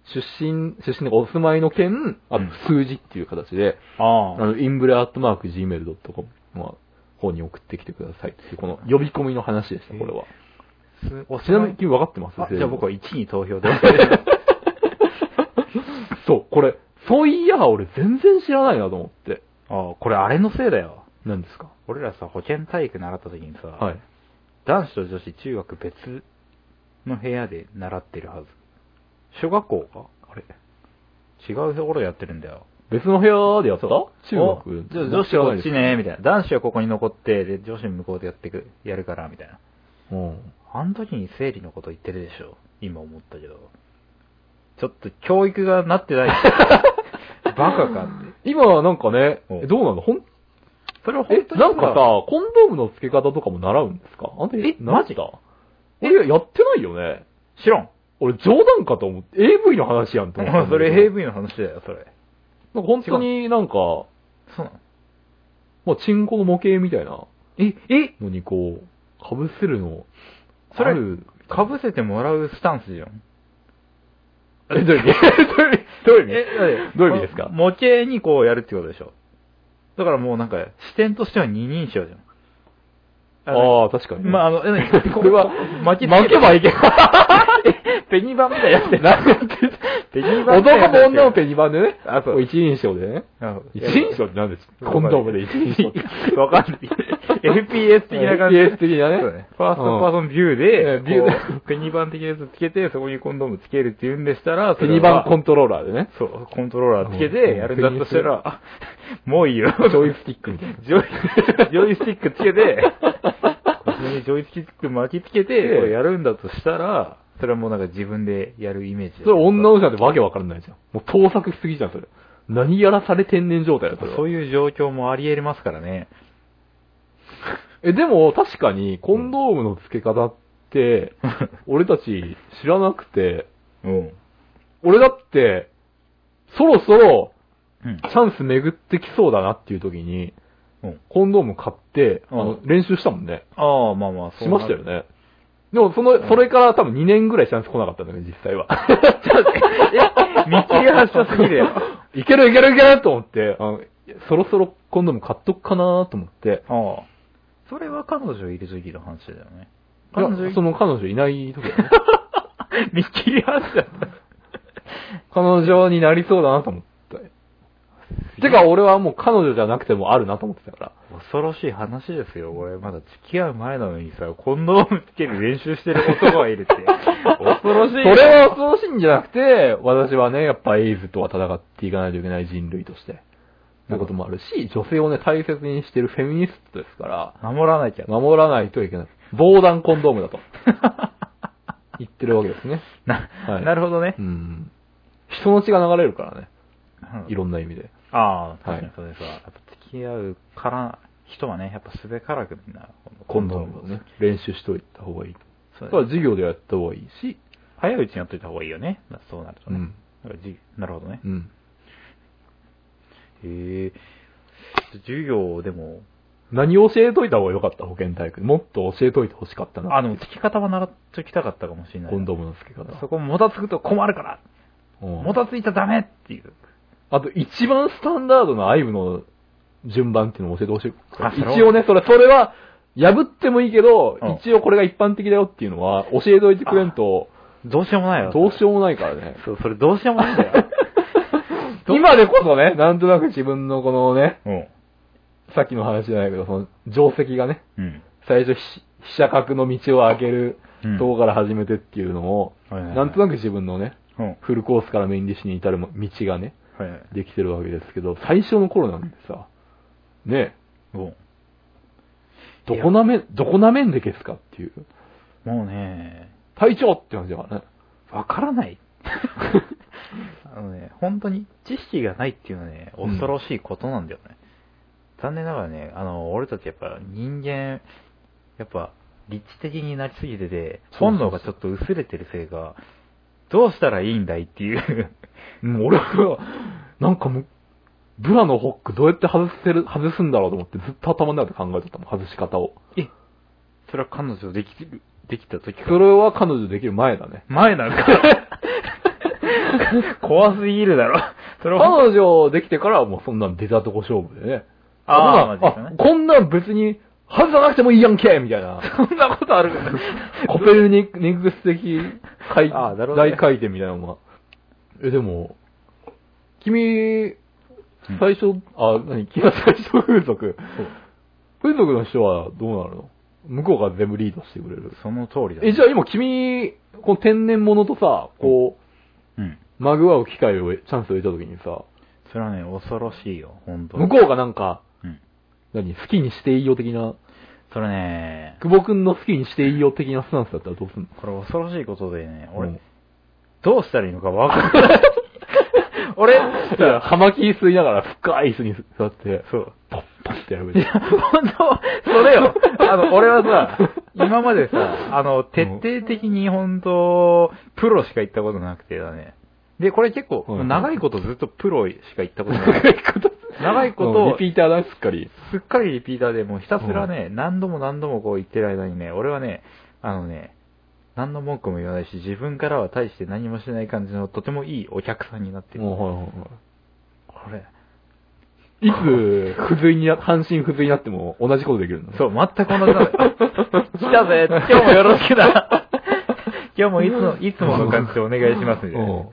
[SPEAKER 1] 出身、出身のお住まいの県、あと数字っていう形で、
[SPEAKER 2] ど。あ
[SPEAKER 1] あの、インブレアットマーク Gmail.com の方に送ってきてくださいっていう、この呼び込みの話でした、これは。
[SPEAKER 2] すお
[SPEAKER 1] ちなみに君分かってます
[SPEAKER 2] あじゃあ僕は
[SPEAKER 1] 全部
[SPEAKER 2] 1に投 票で。
[SPEAKER 1] そう、これ、そういや、俺全然知らないなと思って。
[SPEAKER 2] ああ、これあれのせいだよ。
[SPEAKER 1] 何ですか
[SPEAKER 2] 俺らさ、保健体育習った時にさ、
[SPEAKER 1] はい。
[SPEAKER 2] 男子と女子中学別の部屋で習ってるはず。小学校か
[SPEAKER 1] あれ
[SPEAKER 2] 違うところやってるんだよ。
[SPEAKER 1] 別の部屋でやった中
[SPEAKER 2] お
[SPEAKER 1] 国。
[SPEAKER 2] じゃあ女子はこっちね、みたいな。男子はここに残って、で、女子向こうでやってく、やるから、みたいな。
[SPEAKER 1] うん。
[SPEAKER 2] あの時に生理のこと言ってるでしょ。今思ったけど。ちょっと教育がなっ てない。バカかって。
[SPEAKER 1] 今はなんかね、
[SPEAKER 2] うん
[SPEAKER 1] えどうなのほん、
[SPEAKER 2] それは
[SPEAKER 1] え
[SPEAKER 2] 本、当に
[SPEAKER 1] なんかさ、コンドームの付け方とかも習うんですかあんた、
[SPEAKER 2] え
[SPEAKER 1] 習
[SPEAKER 2] マ
[SPEAKER 1] っ
[SPEAKER 2] ジ
[SPEAKER 1] た俺やってないよね。
[SPEAKER 2] さ、知らん。
[SPEAKER 1] 俺冗談かと思って、AV の話やんと思 ったんだけど。
[SPEAKER 2] それ AV の話だよ、それ。
[SPEAKER 1] なんか本当になんか、
[SPEAKER 2] そうなの
[SPEAKER 1] まあ、チンコの模型みたいな
[SPEAKER 2] え、え
[SPEAKER 1] のにこう、かぶせるの、
[SPEAKER 2] それ
[SPEAKER 1] ある
[SPEAKER 2] かぶせてもらうスタンスじゃん。
[SPEAKER 1] え、どういう 意味どういう意味どういう意味どういう意味ですか
[SPEAKER 2] 模型にこうやるってことでしょ。だからもうなんか、視点としては二人称じゃん。
[SPEAKER 1] ああ、確かにね。
[SPEAKER 2] まあ、あの、え何
[SPEAKER 1] これは、
[SPEAKER 2] 巻きつけ
[SPEAKER 1] 負けばいけない。
[SPEAKER 2] ペニバンみたい なやつで。ペニバンみたいな
[SPEAKER 1] 男
[SPEAKER 2] や
[SPEAKER 1] も
[SPEAKER 2] つ
[SPEAKER 1] 女もペニバンでね。
[SPEAKER 2] あそう
[SPEAKER 1] こ一人称でね。
[SPEAKER 2] あ
[SPEAKER 1] 一人称って何ですかコンドームで一人称って。
[SPEAKER 2] わか んない。FPS 的な感じ。
[SPEAKER 1] FPS 的なね
[SPEAKER 2] そうファースト
[SPEAKER 1] うん
[SPEAKER 2] パーソンビューで、
[SPEAKER 1] えビューで
[SPEAKER 2] こうペニバン的なやつつけて、そこにコンドームつけるって言うんでしたら、そ
[SPEAKER 1] ペ
[SPEAKER 2] れは
[SPEAKER 1] ニバンコントローラーでね。
[SPEAKER 2] そう、コントローラーつけてやるんだとした
[SPEAKER 1] う
[SPEAKER 2] ら、あもういいよ。
[SPEAKER 1] ジョイスティックみたいな。
[SPEAKER 2] ジョイ、 ジョイスティックつけて、腰にジョイスティック巻きつけて、こうやるんだとしたら、それはもうなんか自分でやるイメージ。
[SPEAKER 1] それ女の人なんてわけわからないじゃん。もう盗作しすぎじゃん、それ。何やらされてんねん状態だ、それは
[SPEAKER 2] そういう状況もあり得ますからね。
[SPEAKER 1] え、でも確かにコンドームの付け方って、俺たち知らなくて、
[SPEAKER 2] うん。
[SPEAKER 1] 俺だって、そろそろ
[SPEAKER 2] うん
[SPEAKER 1] チャンス巡ってきそうだなっていう時に、
[SPEAKER 2] うん。
[SPEAKER 1] コンドーム買って、あの
[SPEAKER 2] う
[SPEAKER 1] 練習したもんね。
[SPEAKER 2] ああ、まあまあ、
[SPEAKER 1] しましたよ
[SPEAKER 2] ね。
[SPEAKER 1] ね。でも、その、それから多分2年ぐらいチャンス来なかったんだけど、実際 は。
[SPEAKER 2] 見切り発車すぎるやろ。
[SPEAKER 1] いけるいけるいけると思って、あのそろそろコンドーム買っとくかなと思って、
[SPEAKER 2] ああ。それは彼女いる時の話だよね。
[SPEAKER 1] い
[SPEAKER 2] 彼
[SPEAKER 1] や
[SPEAKER 2] 女い
[SPEAKER 1] その彼女いない時だね。
[SPEAKER 2] 見切り発車だ。
[SPEAKER 1] 彼女になりそうだなと思って。てか、俺はもう彼女じゃなくてもあるなと思ってたから。
[SPEAKER 2] 恐ろしい話ですよ。俺まだ付き合う前なのにさ、コンドームつける練習してる男がいるって。 恐ろしい。
[SPEAKER 1] それは恐ろしいんじゃなくて、私はね、やっぱエイズとは戦っていかないといけない人類として。なこともあるし、女性をね、大切にしてるフェミニストですから、
[SPEAKER 2] 守らなきゃ。
[SPEAKER 1] 守らないといけない。防弾コンドーム だと。言ってるわけですね。
[SPEAKER 2] な、
[SPEAKER 1] はい
[SPEAKER 2] なるほどね
[SPEAKER 1] う。ん。人の血が流れるからね。
[SPEAKER 2] うん
[SPEAKER 1] いろんな意味で。
[SPEAKER 2] ああ、
[SPEAKER 1] はい
[SPEAKER 2] 確かにそうですわ。やっぱ付き合うから、人はね、やっぱすべからくみんな、
[SPEAKER 1] コンドームをね、練習しといた方がいい。
[SPEAKER 2] そう
[SPEAKER 1] だ
[SPEAKER 2] だね
[SPEAKER 1] から授業でやった方がいいし、
[SPEAKER 2] 早いうちにやっといた方がいいよね。まあそうなるとね。
[SPEAKER 1] うん
[SPEAKER 2] だからじなるほどね
[SPEAKER 1] う。ん。
[SPEAKER 2] へえ。授業でも、
[SPEAKER 1] 何を教えといた方が良かった保健体育。もっと教えといてほしかったな。
[SPEAKER 2] あ、でも付き方は習っときたかったかもしれない。
[SPEAKER 1] コンドームの付け方。
[SPEAKER 2] そこもたつくと困るから、
[SPEAKER 1] うん
[SPEAKER 2] もたついちゃダメっていう。
[SPEAKER 1] あと、一番スタンダードなアイブの順番っていうのを教えてほしい
[SPEAKER 2] あそれ。は
[SPEAKER 1] 一応ね、それ、それは、破ってもいいけど
[SPEAKER 2] うん、
[SPEAKER 1] 一応これが一般的だよっていうのは、教えといてくれんと、
[SPEAKER 2] どうしようもないよ。
[SPEAKER 1] どうしようもないから ね。
[SPEAKER 2] そう、それどうしようもない んだよ。
[SPEAKER 1] 今でこそね、なんとなく自分のこのね、
[SPEAKER 2] うん。
[SPEAKER 1] さっきの話じゃないけど、その、定石がね、
[SPEAKER 2] うん。
[SPEAKER 1] 最初、ひ飛車角の道を開ける
[SPEAKER 2] うん
[SPEAKER 1] とこから始めてっていうのを、
[SPEAKER 2] はいはいはい
[SPEAKER 1] なんとなく自分のね、
[SPEAKER 2] うん。
[SPEAKER 1] フルコースからメインディッシュに至る道がね、
[SPEAKER 2] はいはい。
[SPEAKER 1] できてるわけですけど、最初の頃なんてさ、ね、
[SPEAKER 2] うん
[SPEAKER 1] どこなめ、どこなめんで消すかっていう。
[SPEAKER 2] もうね、
[SPEAKER 1] 隊長って感じだからね。
[SPEAKER 2] わからない。 あのね、本当に知識がないっていうのはね、
[SPEAKER 1] うん
[SPEAKER 2] 恐ろしいことなんだよね。残念ながらね、あの、俺たちやっぱ人間、やっぱ、立地的になりすぎてて、
[SPEAKER 1] そうそうそう
[SPEAKER 2] 本能がちょっと薄れてるせいか、どうしたらいいんだいっていう。
[SPEAKER 1] うん、俺は、なんかもう、ブラのホックどうやって外せる、外すんだろうと思ってずっと頭の中で考えてたもん、外し方を。
[SPEAKER 2] え、それは彼女できてる、できた時か
[SPEAKER 1] そ
[SPEAKER 2] ら。
[SPEAKER 1] れは彼女できる前だね。
[SPEAKER 2] 前なん か。怖すぎるだろ。それ
[SPEAKER 1] 彼
[SPEAKER 2] は、
[SPEAKER 1] 女できてからはもうそんなん出たとこ勝負でね。そ
[SPEAKER 2] あー
[SPEAKER 1] ん
[SPEAKER 2] ま
[SPEAKER 1] な
[SPEAKER 2] あ実際
[SPEAKER 1] んあ、
[SPEAKER 2] ね
[SPEAKER 1] こんなん別に外さなくてもいいやんけみたい な。
[SPEAKER 2] そんなことあ るか
[SPEAKER 1] コペルニクニクス的回
[SPEAKER 2] あーなるほどね
[SPEAKER 1] 大回転みたいなのが。え、でも、君、最初、あ、何君は最初風俗。風俗の人はどうなるの向こうが全部リードしてくれる。
[SPEAKER 2] その通りだ、
[SPEAKER 1] え、じゃあ今君、この天然物とさ、こ
[SPEAKER 2] うん。
[SPEAKER 1] う、まぐわう機会を、チャンスを得た時にさ、
[SPEAKER 2] それはね、恐ろしいよ、本当に
[SPEAKER 1] 向こうがなんか、
[SPEAKER 2] うん。
[SPEAKER 1] 何、好きにしていいよ的な、
[SPEAKER 2] それね、
[SPEAKER 1] 久保くんの好きにしていいよ的なスタンスだったらどうすんの
[SPEAKER 2] これ恐ろしいことでね、
[SPEAKER 1] う
[SPEAKER 2] 俺
[SPEAKER 1] ん、
[SPEAKER 2] どうしたらいいのかわかんない。俺、
[SPEAKER 1] いや、葉巻吸いながら深い椅子に座って、
[SPEAKER 2] そう。
[SPEAKER 1] ポッポッってやる
[SPEAKER 2] いや、本当それよ。あの、俺はさ、今までさ、あの、徹底的に本当プロしか行ったことなくてだね。で、これ結構、
[SPEAKER 1] うん
[SPEAKER 2] 長いことずっとプロしか行ったこ とない。長いこと
[SPEAKER 1] うんリピーターだ、すっかり。
[SPEAKER 2] すっかりリピーターで、もうひたすらね、何度も何度もこう言ってる間にね、俺はね、あのね、何の文句も言わないし、自分からは大して何もしない感じの、とてもいいお客さんになってる。
[SPEAKER 1] もう、はいはいはい。
[SPEAKER 2] これ、
[SPEAKER 1] いつ、不随にな、半身不随になっても同じことできるの
[SPEAKER 2] そう、全く同じなの よ。来たぜ今日もよろしくな 今日もいつも、いつもの感じでお願いしますみたいな
[SPEAKER 1] うん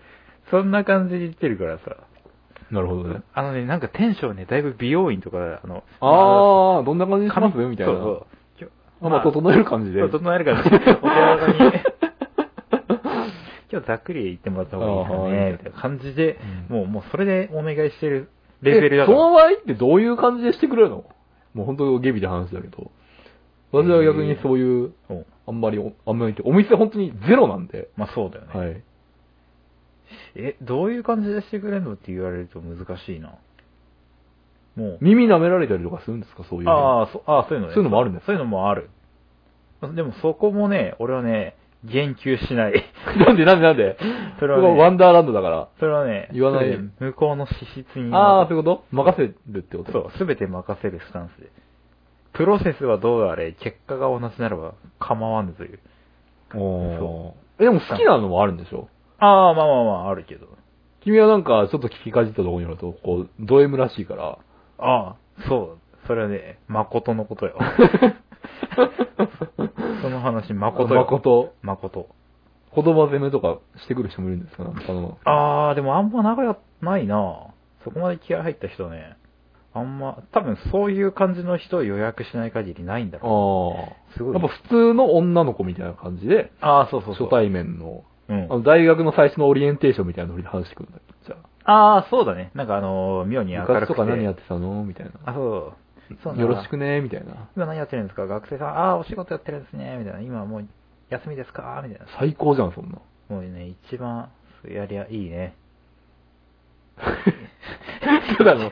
[SPEAKER 2] そんな感じで言ってるからさ。
[SPEAKER 1] なるほどね。
[SPEAKER 2] あのね、なんかテンションね、だいぶ美容院とか、あの、
[SPEAKER 1] あー、どんな感じにします
[SPEAKER 2] 髪
[SPEAKER 1] みたいな。
[SPEAKER 2] そうそう今日
[SPEAKER 1] あ、まあ、整える感じで。
[SPEAKER 2] そう整える 感じで。お手柔らかに。 今日ざっくり言ってもらった方がいいか
[SPEAKER 1] ああは
[SPEAKER 2] ね、
[SPEAKER 1] い
[SPEAKER 2] みたいな感じで、
[SPEAKER 1] うん
[SPEAKER 2] もう、もうそれでお願いしてるレベルだ
[SPEAKER 1] え
[SPEAKER 2] か
[SPEAKER 1] そ
[SPEAKER 2] ら。
[SPEAKER 1] の場合ってどういう感じでしてくれるのもう本当ゲビで話だけど。私は逆にそういう、
[SPEAKER 2] うん
[SPEAKER 1] あんまりお、あんまりって、お店本当にゼロなんで。
[SPEAKER 2] まあそうだよね。
[SPEAKER 1] はい。
[SPEAKER 2] え、どういう感じでしてくれるのって言われると難しいな。もう。
[SPEAKER 1] 耳舐められたりとかするんですかそういう。
[SPEAKER 2] ああ、そああそういうのね。
[SPEAKER 1] そういうのもあるんです
[SPEAKER 2] そういうのもある。でもそこもね、俺はね、言及し ない。
[SPEAKER 1] なんでなんでなんで
[SPEAKER 2] それはね
[SPEAKER 1] ここワンダーランドだから。
[SPEAKER 2] それはね、
[SPEAKER 1] 言わない
[SPEAKER 2] それね向こうの資質に。
[SPEAKER 1] ああ、そういうこと任せるってこと
[SPEAKER 2] そう、すべて任せるスタンスで。プロセスはどうあれ、結果が同じならば構わぬという。
[SPEAKER 1] う。お
[SPEAKER 2] そ
[SPEAKER 1] ーえ、でも好きなのもあるんでしょ
[SPEAKER 2] ああ、まあまあまあ、あるけど。
[SPEAKER 1] 君はなんか、ちょっと聞きかじったところによると、こう、ド M らしいから。
[SPEAKER 2] ああ、そう。それはね、誠の ことよ。その話、 誠よ。
[SPEAKER 1] 誠。
[SPEAKER 2] 誠。
[SPEAKER 1] 言葉攻めとかしてくる人もいるんですかなんかあの、
[SPEAKER 2] ああ、でもあんま仲良くないなそこまで気合入った人ね。あんま、多分そういう感じの人を予約しない限りないんだろ
[SPEAKER 1] あ
[SPEAKER 2] う。す
[SPEAKER 1] あ。
[SPEAKER 2] ごい。
[SPEAKER 1] やっぱ普通の女の子みたいな感じで、
[SPEAKER 2] ああ、そうそうそう。
[SPEAKER 1] 初対面の、
[SPEAKER 2] うん
[SPEAKER 1] あ。の大学の最初のオリエンテーションみたいなノリで話してくるんだじゃ
[SPEAKER 2] ああ、そうだね。なんかあのー妙に明
[SPEAKER 1] あ。
[SPEAKER 2] る
[SPEAKER 1] 部
[SPEAKER 2] くて。
[SPEAKER 1] 活とか何やってたのみたいな。
[SPEAKER 2] あ、そう。そうなんだ
[SPEAKER 1] よろしくね、みたいな。
[SPEAKER 2] 今何やってるんですか学生さん。ああ、お仕事やってるんですね。みたいな。今はもう休みですかみたいな。
[SPEAKER 1] 最高じゃん、そんな。
[SPEAKER 2] もうね、一番、やりゃいいね。
[SPEAKER 1] ただの、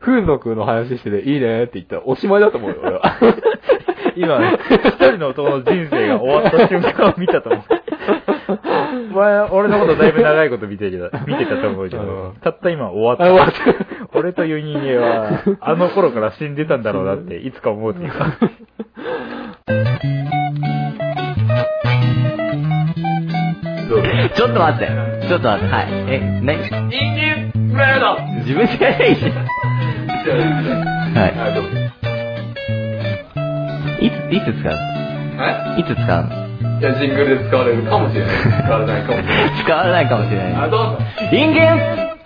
[SPEAKER 1] 風俗の話してて、いいねって言ったらおしまいだと思うよ、俺 は。
[SPEAKER 2] 今、ね、一人の男の人生が終わった瞬間を見たと思う。お 前、俺のことだいぶ長いこと見てた、見てたと思うけ
[SPEAKER 1] う
[SPEAKER 2] ど
[SPEAKER 1] ん、
[SPEAKER 2] たった今終わっ。
[SPEAKER 1] あ終わった
[SPEAKER 2] 俺という人間は、あの頃から死んでたんだろうなって、いつか思うとい うか。
[SPEAKER 3] ちょっと待って。ちょっと待って。はい。え、何人間プライド自分じゃないじゃん。はい。いつ、いつ使ういつ使う の
[SPEAKER 1] いや、ジングルで使われるかもしれない。使われないかもしれない。
[SPEAKER 3] 使わないかもしれない。
[SPEAKER 1] どうぞ。
[SPEAKER 3] 人間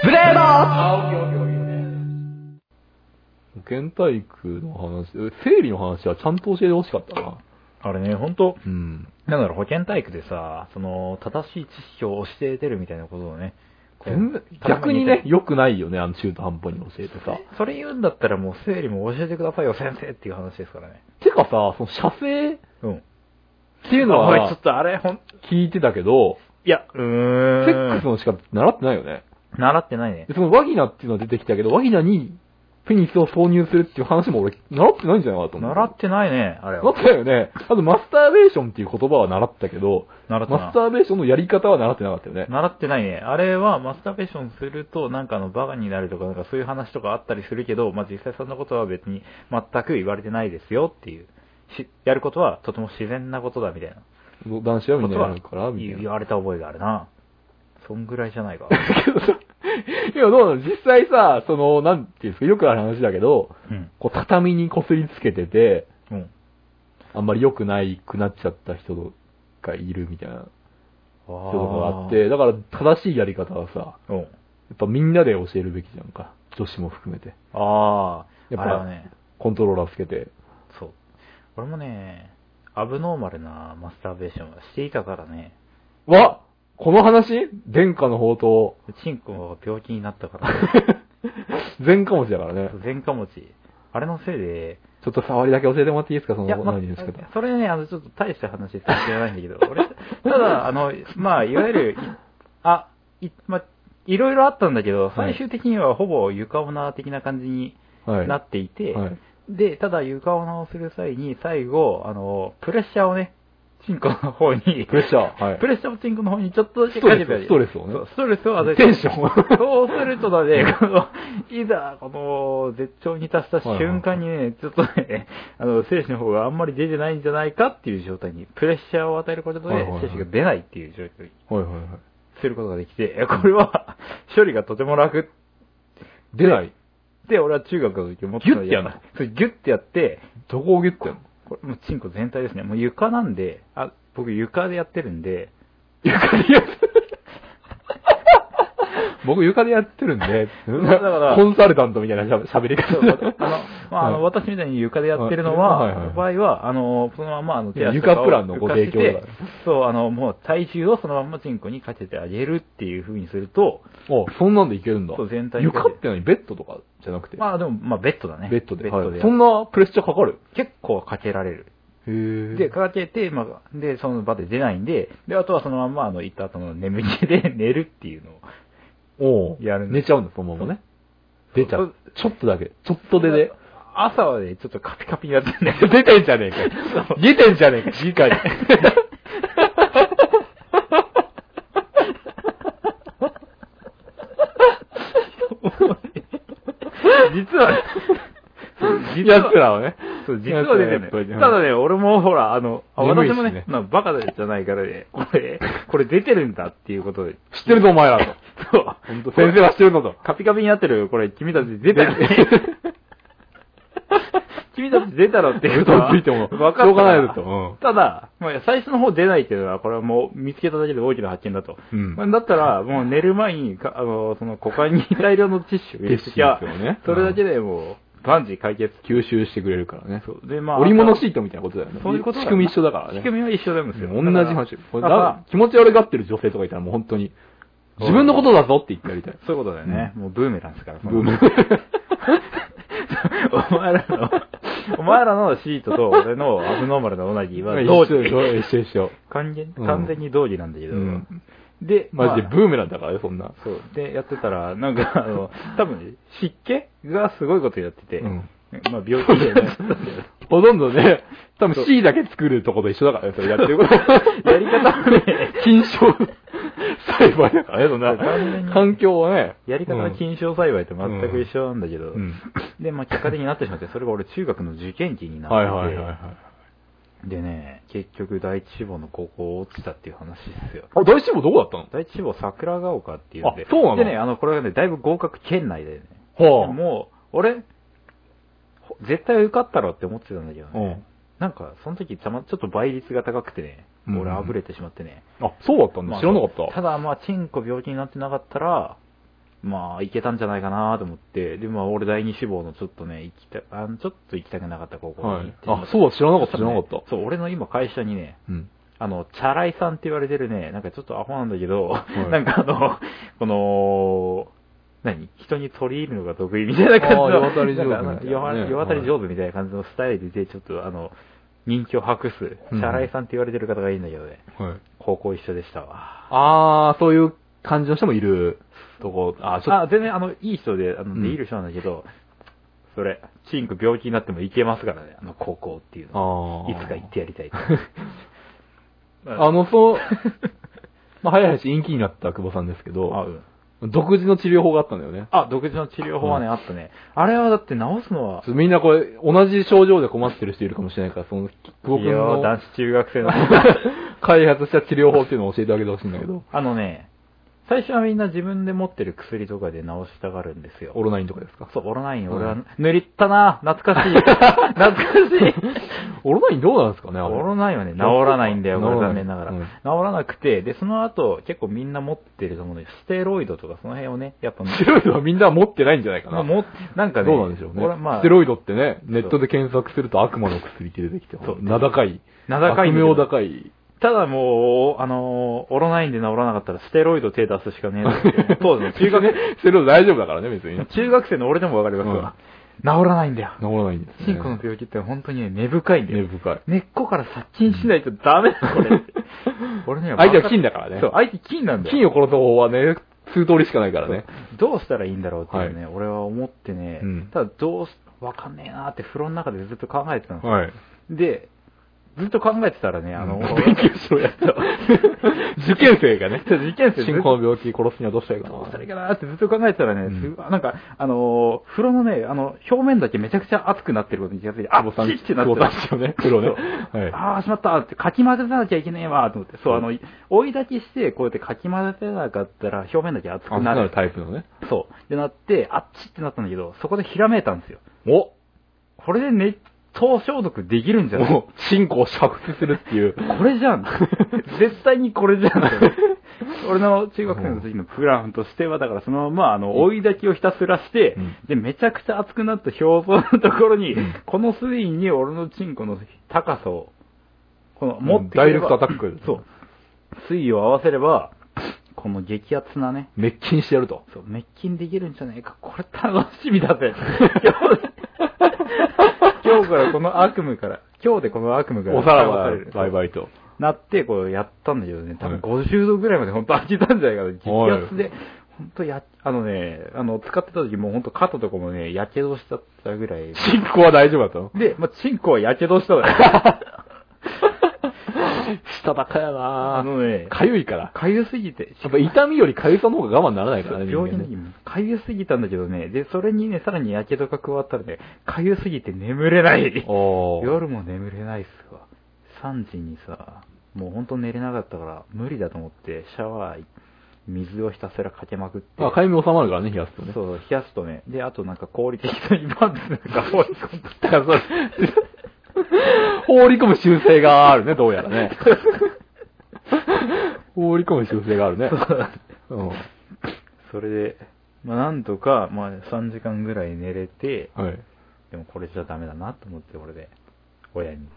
[SPEAKER 3] プレイボー
[SPEAKER 1] あ、オッケーオッケーオッケー。県体育の話、え生理の話はちゃんと教えてほしかったな。
[SPEAKER 2] あれね、本当
[SPEAKER 1] うん。
[SPEAKER 2] なんだろう、保健体育でさ、その、正しい知識を教えてるみたいなことをね、こう
[SPEAKER 1] 全然逆にね、、良くないよね、あの中途半端に教えてさ。
[SPEAKER 2] それ言うんだったらもう生理も教えてくださいよ、先生っていう話ですからね。
[SPEAKER 1] てかさ、その射精っ
[SPEAKER 2] うん。
[SPEAKER 1] ていうの
[SPEAKER 2] おいちょ
[SPEAKER 1] は
[SPEAKER 2] っとあれ、ほん、
[SPEAKER 1] 聞いてたけど、
[SPEAKER 2] いや、う
[SPEAKER 1] セ
[SPEAKER 2] ーん。
[SPEAKER 1] ックスの仕方習ってないよね。
[SPEAKER 2] 習ってないね
[SPEAKER 1] で。そのワギナっていうのは出てきたけど、ワギナにペニスを挿入するっていう話も俺、習ってないんじゃないかなと思う。
[SPEAKER 2] 習ってないね、あれ
[SPEAKER 1] 習っ
[SPEAKER 2] は。
[SPEAKER 1] てないよね。あとマスターベーションっていう言葉は習ったけど、
[SPEAKER 2] 習って
[SPEAKER 1] マ
[SPEAKER 2] な
[SPEAKER 1] スターベーションのやり方は習ってなかったよね
[SPEAKER 2] い。。習ってないね。あれは、マスターベーションすると、なんかあの、バカになるとか、なんかそういう話とかあったりするけど、まあ実際そんなことは別に全く言われてないですよっていう。し、やることはとても自然なことだみたいな。
[SPEAKER 1] 男子はみんなやるから、みたい
[SPEAKER 2] 言
[SPEAKER 1] な。
[SPEAKER 2] われた覚えがあるな。そんぐらいじゃないか。
[SPEAKER 1] けどさ、いや、どうなの実際さ、その、なんていうんですか、よくある話だけど、
[SPEAKER 2] うん。
[SPEAKER 1] こう、畳にこすりつけてて、
[SPEAKER 2] うん。
[SPEAKER 1] あんまり良くないくなっちゃった人がいるみたいな
[SPEAKER 2] 人
[SPEAKER 1] 人とかがあっ。て、だから正しいやり方はさ、や
[SPEAKER 2] うん。
[SPEAKER 1] っぱみんなで教えるべきじゃんか。女子も含めて。
[SPEAKER 2] ああ。
[SPEAKER 1] やっぱ
[SPEAKER 2] あれはね、
[SPEAKER 1] コントローラーつけて。
[SPEAKER 2] そう。俺もね、アブノーマルなマスターベーションはしていたからね、
[SPEAKER 1] わこの話殿下の宝刀。
[SPEAKER 2] チンコが病気になったから、
[SPEAKER 1] 前科持ちだからね。
[SPEAKER 2] 前科持ち。あれのせいで、
[SPEAKER 1] ちょっと触りだけ教えてもらっていいですかその、
[SPEAKER 2] いや、ま
[SPEAKER 1] 何ですか
[SPEAKER 2] それね、あの、ちょっと大した話しか知らないんだけど、 俺、ただ、あの、まあ、いわゆる、いあ、い、まあ、いろいろあったんだけど、
[SPEAKER 1] はい
[SPEAKER 2] 最終的にはほぼ床オナー的な感じに
[SPEAKER 1] はい。
[SPEAKER 2] なっていて、
[SPEAKER 1] はい
[SPEAKER 2] で、ただ床オナをする際に、最後、あの、プレッシャーをね、チンコの方に、プ
[SPEAKER 1] プレッシャー。はい
[SPEAKER 2] プ。レッシャーをチンコの方にちょっとだけ
[SPEAKER 1] ストレス
[SPEAKER 2] かけて
[SPEAKER 1] ストレスをね
[SPEAKER 2] そうストレスを与えて。
[SPEAKER 1] テンションを
[SPEAKER 2] そうするとだね、この、いざ、この、絶頂に達した瞬間にね、ちょっとね、あの、精子の方があんまり出てないんじゃないかっていう状態に、プレッシャーを与えることで
[SPEAKER 1] はいはいはい、
[SPEAKER 2] 精子が出ないっていう状況に
[SPEAKER 1] はいはいはい。
[SPEAKER 2] することができて、いやこれは、処理がとても楽
[SPEAKER 1] 出ない。
[SPEAKER 2] って、俺は中学の時思ってた
[SPEAKER 1] ギュッてやんの
[SPEAKER 2] そうギュッてやって、
[SPEAKER 1] どこをゲットやんの
[SPEAKER 2] これもうチンコ全体ですね。もう床なんで、あ、僕床でやってるんで、
[SPEAKER 1] 床でやって 僕床でやってるんで、
[SPEAKER 2] だから
[SPEAKER 1] コンサルタントみたいなしゃべ喋り
[SPEAKER 2] そ
[SPEAKER 1] 方
[SPEAKER 2] うあの、まあ、あの、
[SPEAKER 1] はい
[SPEAKER 2] 私みたいに床でやってるの
[SPEAKER 1] はいはいは
[SPEAKER 2] は、
[SPEAKER 1] い
[SPEAKER 2] 場合は、あの、そのまま、あの、手足とか
[SPEAKER 1] 床
[SPEAKER 2] を
[SPEAKER 1] プランのご提供だ
[SPEAKER 2] 浮かしてそう、あの、もう体重をそのままチンコにかけてあげるっていう風にすると、
[SPEAKER 1] おそんなんでいけるんだ
[SPEAKER 2] そう。全体に
[SPEAKER 1] 床って何ベッドとかじゃなくて、
[SPEAKER 2] まあでも、まあベッドだね。
[SPEAKER 1] ベッドで
[SPEAKER 2] ベッド
[SPEAKER 1] は
[SPEAKER 2] で
[SPEAKER 1] い。そんなプレッシャーかかる
[SPEAKER 2] 結構かけられる。
[SPEAKER 1] へー
[SPEAKER 2] で、かけて、まあ、で、その場で出ないんで、で、あとはそのまま、あの、行った後の眠気で寝るっていうのを。
[SPEAKER 1] おう
[SPEAKER 2] やるんで
[SPEAKER 1] 寝ちゃうんだ、そのままね。
[SPEAKER 2] そ
[SPEAKER 1] 出
[SPEAKER 2] う
[SPEAKER 1] ちゃう。ちょっとだけ。ちょっとでで。
[SPEAKER 2] 朝はね、ちょっとカピ カピになってんだけど。
[SPEAKER 1] 出てんじゃねえかよ。出てんじゃねえか、次回。
[SPEAKER 2] 実は、実
[SPEAKER 1] やつ
[SPEAKER 2] は、
[SPEAKER 1] らをね。
[SPEAKER 2] そう実はね、
[SPEAKER 1] やつらをやっぱり
[SPEAKER 2] ただね、俺もほら、あの、あ
[SPEAKER 1] 眠い
[SPEAKER 2] 私
[SPEAKER 1] しね
[SPEAKER 2] もね、まあバカじゃないからね、これ、これ出てるんだっていうことで、
[SPEAKER 1] 知ってるぞ、お前らと。
[SPEAKER 2] そう、
[SPEAKER 1] 本当先生は知ってるのと。
[SPEAKER 2] カピカピになってる、これ、君たち出たよね。 君たち出たろっていうことは。
[SPEAKER 1] 嘘ついても
[SPEAKER 2] 分かった
[SPEAKER 1] しょうがないですとうん
[SPEAKER 2] ただ、まあ、最初の方出ないっていうのは、これはもう見つけただけで大きな発見だと。
[SPEAKER 1] うん
[SPEAKER 2] まあだったら、もう寝る前にか、あの、その股間に大量のティッシュを入れ てきゃ
[SPEAKER 1] ティッシュですよね
[SPEAKER 2] それだけでもう、万事解決。
[SPEAKER 1] 吸収してくれるからね。
[SPEAKER 2] そうで、まあ、
[SPEAKER 1] 織物シートみたいなことだよね。
[SPEAKER 2] そういうことだ
[SPEAKER 1] 仕
[SPEAKER 2] よ
[SPEAKER 1] 組み一緒だからね。
[SPEAKER 2] 仕組みは一緒なんですよ。
[SPEAKER 1] うん同じ話。これ
[SPEAKER 2] だから
[SPEAKER 1] だ気持ち悪がってる女性とかいたらもう本当に、自分のことだぞって言ってやりたい。
[SPEAKER 2] そういうことだよね。もうブーメランですから、その
[SPEAKER 1] ブーメ
[SPEAKER 2] お前らの、お前らのシートと俺のアブノーマルなオナギーは同
[SPEAKER 1] 一緒
[SPEAKER 2] 時
[SPEAKER 1] 一。緒一緒一緒。
[SPEAKER 2] 完全
[SPEAKER 1] うん
[SPEAKER 2] 完全に同時なんだけど。
[SPEAKER 1] うん
[SPEAKER 2] で、
[SPEAKER 1] マジで
[SPEAKER 2] まあ
[SPEAKER 1] ブーメランだからね、そんな。
[SPEAKER 2] そう。で、やってたら、なんか、あの、多分ね、湿気がすごいことやってて、
[SPEAKER 1] うん
[SPEAKER 2] まあ病気じゃない。
[SPEAKER 1] ほとんどね、多分 C だけ作るとこと一緒だからね、それやって ること。
[SPEAKER 2] やり方はね、
[SPEAKER 1] 金賞栽培だからね、そん
[SPEAKER 2] 完全に
[SPEAKER 1] な。環境はね。
[SPEAKER 2] やり方は
[SPEAKER 1] うん
[SPEAKER 2] 金賞栽培と全く一緒なんだけど、
[SPEAKER 1] うん
[SPEAKER 2] で、まあ結果的になってしまって、それが俺中学の受験期になってて、
[SPEAKER 1] はいはいはいはい。
[SPEAKER 2] でね、結局第一志望の高校落ちたっていう話ですよ。
[SPEAKER 1] あ、大志望どこだったの
[SPEAKER 2] 第一志望桜ヶ丘っていうんで。
[SPEAKER 1] あそうなの
[SPEAKER 2] でね、あの、これがね、だいぶ合格圏内でね。
[SPEAKER 1] はあ
[SPEAKER 2] もう、俺、ほ絶対受かったろって思ってたんだけどね。
[SPEAKER 1] うん
[SPEAKER 2] なんか、その時たま、ちょっと倍率が高くてね、
[SPEAKER 1] うん
[SPEAKER 2] 俺あぶれてしまってね。
[SPEAKER 1] あ、そうだったんだ。知らなかった
[SPEAKER 2] た。だ、まあ、チンコ病気になってなかったら、まあ、いけたんじゃないかなと思って、で、まあ、俺第二志望のちょっとね、行きた、あの、ちょっと行きたくなかった高校
[SPEAKER 1] は
[SPEAKER 2] に行
[SPEAKER 1] い
[SPEAKER 2] っ。て、
[SPEAKER 1] あ、そうだ、知らなかった、知らなかった。
[SPEAKER 2] そう、俺の今会社にね、
[SPEAKER 1] うん。
[SPEAKER 2] あの、チャライさんって言われてるね、なんかちょっとアホなんだけど、
[SPEAKER 1] い
[SPEAKER 2] なんかあの、この、何人に取り入るのが得意みたいな感じの。
[SPEAKER 1] あー世渡り上手みたいなね
[SPEAKER 2] なんか世世渡り上手みたいな感じのスタイルで、ちょっとあの、人気を博す、チ
[SPEAKER 1] うん
[SPEAKER 2] ャライさんって言われてる方がいいんだけどね、
[SPEAKER 1] はい。
[SPEAKER 2] 高校一緒でしたわ。
[SPEAKER 1] あー、そういう感じの人もいるとこ、あ、ちょっ
[SPEAKER 2] あ、全然あの、いい人で、あの、
[SPEAKER 1] うん
[SPEAKER 2] でいる人なんだけど、それ、チンク病気になってもいけますからね、あの高校っていう
[SPEAKER 1] と、
[SPEAKER 2] の。
[SPEAKER 1] あ
[SPEAKER 2] い
[SPEAKER 1] ー
[SPEAKER 2] つか行ってやりたい と。
[SPEAKER 1] あの、 そう、まあ、早い話、陰気になった久保さんですけ
[SPEAKER 2] あ、う
[SPEAKER 1] ど、
[SPEAKER 2] ん
[SPEAKER 1] 独自の治療法があったんだよね。
[SPEAKER 2] あ、独自の治療法はね、あったね。あれはだって治すのは、い
[SPEAKER 1] みんなこれ、同じ症状で困ってる人いるかもしれないから、その、久保君
[SPEAKER 2] やー男
[SPEAKER 1] の
[SPEAKER 2] 子中学生の。
[SPEAKER 1] 開発した治療法っていうのを教えてあげてほしいんだけど、
[SPEAKER 2] あのね、最初はみんな自分で持ってる薬とかで治したがるんですよ。
[SPEAKER 1] オロナインとかですか
[SPEAKER 2] そう、オロナイン、
[SPEAKER 1] うん
[SPEAKER 2] 俺は塗りったな、懐かしい。懐かしい。
[SPEAKER 1] オロナインどうなんですかねあれ
[SPEAKER 2] オロナインはね、治らないんだよ、これ
[SPEAKER 1] 治らな
[SPEAKER 2] 残
[SPEAKER 1] い
[SPEAKER 2] 念ながら。
[SPEAKER 1] うん
[SPEAKER 2] 治らなくて、で、その後、結構みんな持ってると思うんだけど、ステロイドとかその辺をね、やっぱ、
[SPEAKER 1] ステロイドはみんな持ってないんじゃないか
[SPEAKER 2] ま
[SPEAKER 1] な。
[SPEAKER 2] あもなんかね、
[SPEAKER 1] どうなんでしょうね
[SPEAKER 2] 俺は。まあ
[SPEAKER 1] ステ、ロイドってね、ネットで検索すると悪魔の薬って出てきて、
[SPEAKER 2] そう
[SPEAKER 1] 名高い。
[SPEAKER 2] 名高い
[SPEAKER 1] 悪
[SPEAKER 2] んだけど
[SPEAKER 1] 名高い。
[SPEAKER 2] ただもう、あのーオロナインで治らなかったら、ステロイド手出すしかねえんだけど当時の中学、
[SPEAKER 1] ステロイド大丈夫だからね、別にね。
[SPEAKER 2] 中学生の俺でもわかりますわ、治らないんだよ。
[SPEAKER 1] 治らないんです、ね。
[SPEAKER 2] チンコの病気って本当にね根深いんだ
[SPEAKER 1] 根
[SPEAKER 2] よ。
[SPEAKER 1] 深い。
[SPEAKER 2] 根っこから殺菌しないとダメだ、これ。 俺ね、
[SPEAKER 1] 相手は菌だからね
[SPEAKER 2] そう、相手菌なんだよ。
[SPEAKER 1] 金を殺す方法はね、数通りしかないからね。
[SPEAKER 2] どうしたらいいんだろうっていうね、俺は思ってね、
[SPEAKER 1] うん
[SPEAKER 2] ただどうし、わかんねえなって風呂の中でずっと考えてたんですよ。
[SPEAKER 1] はい。
[SPEAKER 2] で、ずっと考えてたらね、あの、
[SPEAKER 1] うん
[SPEAKER 2] 俺
[SPEAKER 1] 勉強しろやと。 受験生がね。
[SPEAKER 2] そう受験生
[SPEAKER 1] 進行の病気殺すにはどうしたらいいか
[SPEAKER 2] どうしたらいい
[SPEAKER 1] な。
[SPEAKER 2] かなってずっと考えてたらね、
[SPEAKER 1] うん
[SPEAKER 2] すなんか、あのー風呂のね、あの、表面だけめちゃくちゃ熱くなってることに気がついて、あ、
[SPEAKER 1] 久保さん
[SPEAKER 2] チッってなって
[SPEAKER 1] 久保さんですよね風呂ねはい
[SPEAKER 2] ああ、しまったって、かき混ぜなきゃいけねえわ、と思って。そう、あの、追い炊きして、こうやってかき混ぜてなかったら、表面だけ熱
[SPEAKER 1] あ
[SPEAKER 2] く
[SPEAKER 1] ん
[SPEAKER 2] な
[SPEAKER 1] な
[SPEAKER 2] る
[SPEAKER 1] る。タイプのね。
[SPEAKER 2] そう。でなって、あっちってなったんだけど、そこでひらめいたんですよ。
[SPEAKER 1] お
[SPEAKER 2] これで熱湯消毒できるんじゃない
[SPEAKER 1] もう、進行を煮沸するっていう。
[SPEAKER 2] これじ ゃん。絶対にこれじゃん。 俺の中学生の時のプランとしては、だからそのまま、あの、追い炊きをひたすらして、
[SPEAKER 1] うん
[SPEAKER 2] で、めちゃくちゃ熱くなった表層のところに、この水位に俺のチンコの高さを、この、持ってければ
[SPEAKER 1] ダイレクトアタック
[SPEAKER 2] そう。水位を合わせれば、この激熱なね、
[SPEAKER 1] 滅菌してやると。
[SPEAKER 2] そう、滅菌できるんじゃないか。これ楽しみだぜ。 今日からこの悪夢から、今日でこの悪夢から
[SPEAKER 1] おさら
[SPEAKER 2] 解放
[SPEAKER 1] ば
[SPEAKER 2] れる、
[SPEAKER 1] バイバイと。
[SPEAKER 2] なって、こうやったんだけどね、多分
[SPEAKER 1] はい
[SPEAKER 2] 50度ぐらいまで本当開けたんじゃないかな、
[SPEAKER 1] はい
[SPEAKER 2] 激熱で、本当や、あのね、あの、使ってた時もう本当肩とかもね、やけどしちゃったぐらい。
[SPEAKER 1] 進行は大丈夫だったの
[SPEAKER 2] で、まあ、チンコはやけどしたのよ。
[SPEAKER 1] したたかや
[SPEAKER 2] あ
[SPEAKER 1] な
[SPEAKER 2] のね、
[SPEAKER 1] かゆいから。
[SPEAKER 2] かゆすぎて、
[SPEAKER 1] やっぱ痛みよりかゆさの方が我慢ならないからね、人
[SPEAKER 2] 病気
[SPEAKER 1] 間
[SPEAKER 2] の
[SPEAKER 1] ね
[SPEAKER 2] 時も、かゆすぎたんだけどね、で、それにね、さらにやけどが加わったらね、かゆすぎて眠れない。
[SPEAKER 1] おー
[SPEAKER 2] 夜も眠れないっすわ。3時にさ、もうほんと寝れなかったから、無理だと思って、シャワー、水をひたすらかけまくって。
[SPEAKER 1] まあ、かゆみ収まるからね、冷やすとね。
[SPEAKER 2] そう、冷やすとね。で、あとなんか効率的にバンってなん か放り込んで
[SPEAKER 1] だからそう、放り込む習性があるね、どうやらね。放り込む習性があるね。うん。は
[SPEAKER 2] それで、まあなんとか、まあ3時間ぐらい寝れて、
[SPEAKER 1] い。
[SPEAKER 2] でもこれじゃダメだなと思って、俺で、親に、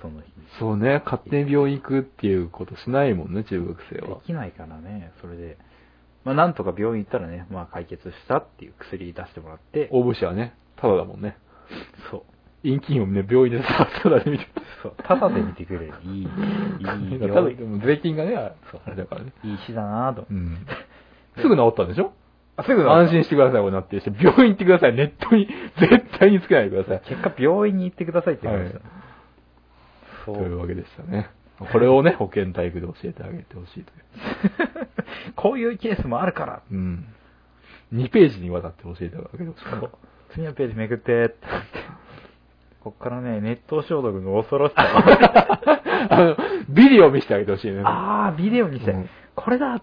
[SPEAKER 2] その日に。
[SPEAKER 1] そうね、勝手に病院行くっていうことしないもんね、中学生
[SPEAKER 2] で
[SPEAKER 1] は。
[SPEAKER 2] きないからね、それで、まあなんとか病院行ったらね、まあ解決したっていう薬出してもらって、
[SPEAKER 1] 応募者はね、ただだもんね。
[SPEAKER 2] そう、
[SPEAKER 1] 陰菌をね、病院でさ、ただで見て。
[SPEAKER 2] そう、ただで見てくれる。いい、いい
[SPEAKER 1] ただ
[SPEAKER 2] 病
[SPEAKER 1] で
[SPEAKER 2] 院、
[SPEAKER 1] も税金がね、あ
[SPEAKER 2] そう
[SPEAKER 1] あれだからね。
[SPEAKER 2] いい医師だなぁと。
[SPEAKER 1] うん。すぐ治ったんでしょ
[SPEAKER 2] あすぐ治った
[SPEAKER 1] 安心してください、こうなってるし。病院行ってください。ネットに絶対につけないでください。
[SPEAKER 2] 結果病院に行ってくださいって言われました。
[SPEAKER 1] はい
[SPEAKER 2] そ
[SPEAKER 1] という
[SPEAKER 2] う。
[SPEAKER 1] わけでしたね。これをね、保健体育で教えてあげてほしいとい
[SPEAKER 2] こういうケースもあるから。
[SPEAKER 1] う。うん。2ページにわたって教えてあげてほしい。
[SPEAKER 2] そう。次のページめくって、ってこっからね、熱湯消毒の恐ろ しさ。
[SPEAKER 1] あの、ビデオ見せてあげてほしいね。
[SPEAKER 2] あー、ビデオにして、
[SPEAKER 1] うん
[SPEAKER 2] これだ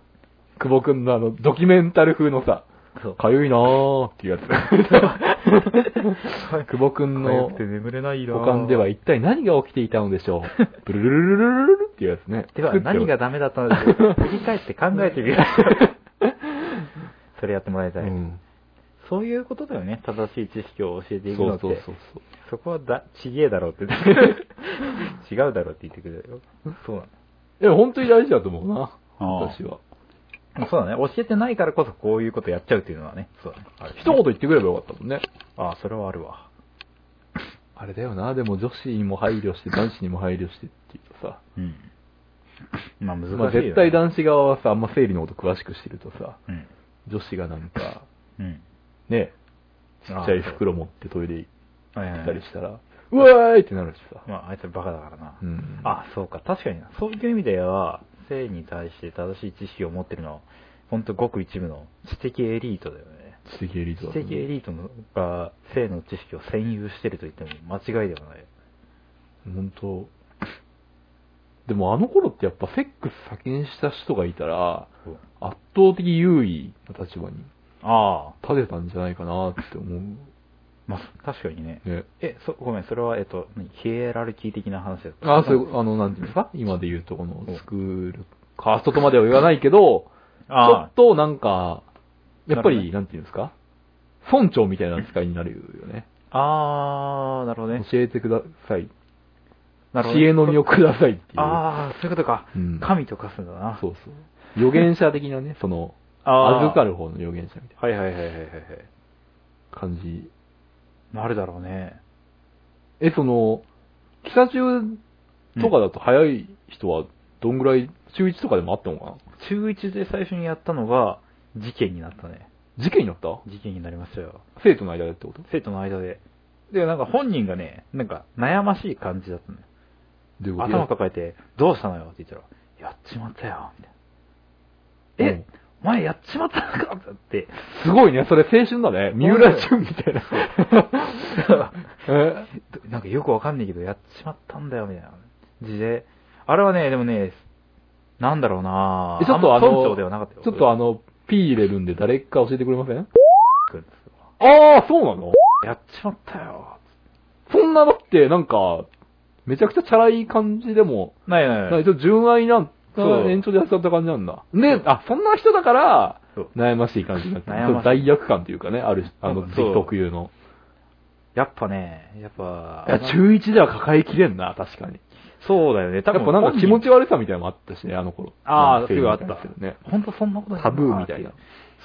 [SPEAKER 1] 久保くんのあの、ドキュメンタル風のさ、
[SPEAKER 2] そう
[SPEAKER 1] かゆいなーっていうやつ。久保くんの
[SPEAKER 2] 痒くて眠れないな
[SPEAKER 1] 股間では一体何が起きていたのでしょう。ブルルルルルルルっていうやつね。
[SPEAKER 2] では何がダメだったのでしょう振り返って考えてみ よう。それやってもらいた
[SPEAKER 1] う
[SPEAKER 2] い、
[SPEAKER 1] ん。
[SPEAKER 2] そういうことだよね。正しい知識を教えていく
[SPEAKER 1] そ
[SPEAKER 2] のっ
[SPEAKER 1] う
[SPEAKER 2] て。
[SPEAKER 1] そうそうそう。
[SPEAKER 2] そこはだ、ちげえだ ろうって。違うだろうって言ってくれるよ。そうな
[SPEAKER 1] でも本当に大事だと思うな。
[SPEAKER 2] ああ
[SPEAKER 1] 私は。
[SPEAKER 2] の。そうだね。教えてないからこそこういうことやっちゃうっていうのはね。そうだね。
[SPEAKER 1] 一言言ってくればよかったもんね。
[SPEAKER 2] ああ、それはあるわ。
[SPEAKER 1] あれだよな、でも女子にも配慮して、男子にも配慮してっていうとさ、
[SPEAKER 2] うん。まあ難しいよ、ね。
[SPEAKER 1] まあ、絶対男子側はさ、あんま生理のこと詳しくしてるとさ、
[SPEAKER 2] うん。
[SPEAKER 1] 女子がなんか、
[SPEAKER 2] うん。
[SPEAKER 1] ね、ち
[SPEAKER 2] ああ
[SPEAKER 1] っちゃい袋持ってトイレ行
[SPEAKER 2] はいはいはい
[SPEAKER 1] ったりしたら、うわーいってなるしさ。
[SPEAKER 2] まあ、あいつバカだからな。
[SPEAKER 1] うん
[SPEAKER 2] あ、そうか。確かにな。そういう意味では、性に対して正しい知識を持ってるのは、ほんとごく一部の知的エリートだよね。
[SPEAKER 1] 知的エリート
[SPEAKER 2] 知
[SPEAKER 1] だと思う
[SPEAKER 2] 的エリートのが性の知識を占有してると言っても間違いではない。
[SPEAKER 1] 本当でもあの頃ってやっぱセックス先にした人がいたら、
[SPEAKER 2] そう
[SPEAKER 1] 圧倒的優位な立場に
[SPEAKER 2] ああ。
[SPEAKER 1] 立てたんじゃないかなって思
[SPEAKER 2] まあ、確かにね
[SPEAKER 1] う。。ね。
[SPEAKER 2] え、そ、ごめん、それは、えっと、何ヒエラルキー的な話だった。
[SPEAKER 1] あ、そういう、あの、なんていうんですか今で言うとこの、スクール、カーストとまでは言わないけど、ちょ
[SPEAKER 2] あ
[SPEAKER 1] っとなんか、やっぱ
[SPEAKER 2] なるほど
[SPEAKER 1] り、
[SPEAKER 2] ね
[SPEAKER 1] なんていうんですか村長みたいな扱いになるよね。
[SPEAKER 2] あ。ああ、なるほどね。
[SPEAKER 1] 教えてください。
[SPEAKER 2] なるほど
[SPEAKER 1] 知
[SPEAKER 2] ね
[SPEAKER 1] 恵の実をくださいっていう。
[SPEAKER 2] ああ、そういうことか。
[SPEAKER 1] うん
[SPEAKER 2] 神と化すんだな。
[SPEAKER 1] そうそう。預言者的なね、 その、
[SPEAKER 2] あー
[SPEAKER 1] 預かる方の預言者みたい
[SPEAKER 2] はいはいはいはいはいはい。
[SPEAKER 1] な感じ。
[SPEAKER 2] なるだろうね。
[SPEAKER 1] え、その、北中とかだと早い人は、どんぐらい、中1とかでもあったのかな
[SPEAKER 2] 中1で最初にやったのが、事件になったね。
[SPEAKER 1] 事件になった
[SPEAKER 2] 事件になりましたよ。
[SPEAKER 1] 生徒の間でってこと
[SPEAKER 2] 生徒の間で。で、なんか本人がね、なんか悩ましい感じだったのよ。
[SPEAKER 1] どういうこと
[SPEAKER 2] 頭抱えて、どうしたのよって言ったら、やっちまったよ、みたいな。
[SPEAKER 1] うん
[SPEAKER 2] え、お前やっちまったのかって。
[SPEAKER 1] すごいね、それ青春だね。三浦淳みたい な。え
[SPEAKER 2] どなんかよくわかんないけど、やっちまったんだよ、みたいな感じで。あれはね、でもね、なんだろうな
[SPEAKER 1] ちょっとあ
[SPEAKER 2] んま村
[SPEAKER 1] の、
[SPEAKER 2] 長ではなかったよ。
[SPEAKER 1] ちょっとあの、P 入れるんで誰か教えてくれません
[SPEAKER 2] 君ですよ
[SPEAKER 1] ああ、そうなの
[SPEAKER 2] やっちまったよ。
[SPEAKER 1] そんなだって、なんか、めちゃくちゃチャラい感じでも、
[SPEAKER 2] ないな
[SPEAKER 1] なんかちょっと純愛なん
[SPEAKER 2] そう
[SPEAKER 1] 延長でやっちゃった感じなんだ。ね、あ、そんな人だから
[SPEAKER 2] そう、
[SPEAKER 1] 悩ましい感じになってる
[SPEAKER 2] 悩まし
[SPEAKER 1] ち
[SPEAKER 2] い
[SPEAKER 1] ょっと罪悪感というかね、ある、あ
[SPEAKER 2] そ
[SPEAKER 1] の、
[SPEAKER 2] う
[SPEAKER 1] 時期特有の。
[SPEAKER 2] やっぱね、やっぱ
[SPEAKER 1] い、や、中1では抱えきれんな、確かに。
[SPEAKER 2] そうだよね。
[SPEAKER 1] や
[SPEAKER 2] 多
[SPEAKER 1] っ
[SPEAKER 2] 分
[SPEAKER 1] ぱなんか気持ち悪さみたいなのもあったしね、あの頃。
[SPEAKER 2] ああ、す
[SPEAKER 1] 生理
[SPEAKER 2] ぐあ
[SPEAKER 1] に
[SPEAKER 2] った
[SPEAKER 1] 対するね。。
[SPEAKER 2] 本当そんなことに
[SPEAKER 1] タブーみたいな。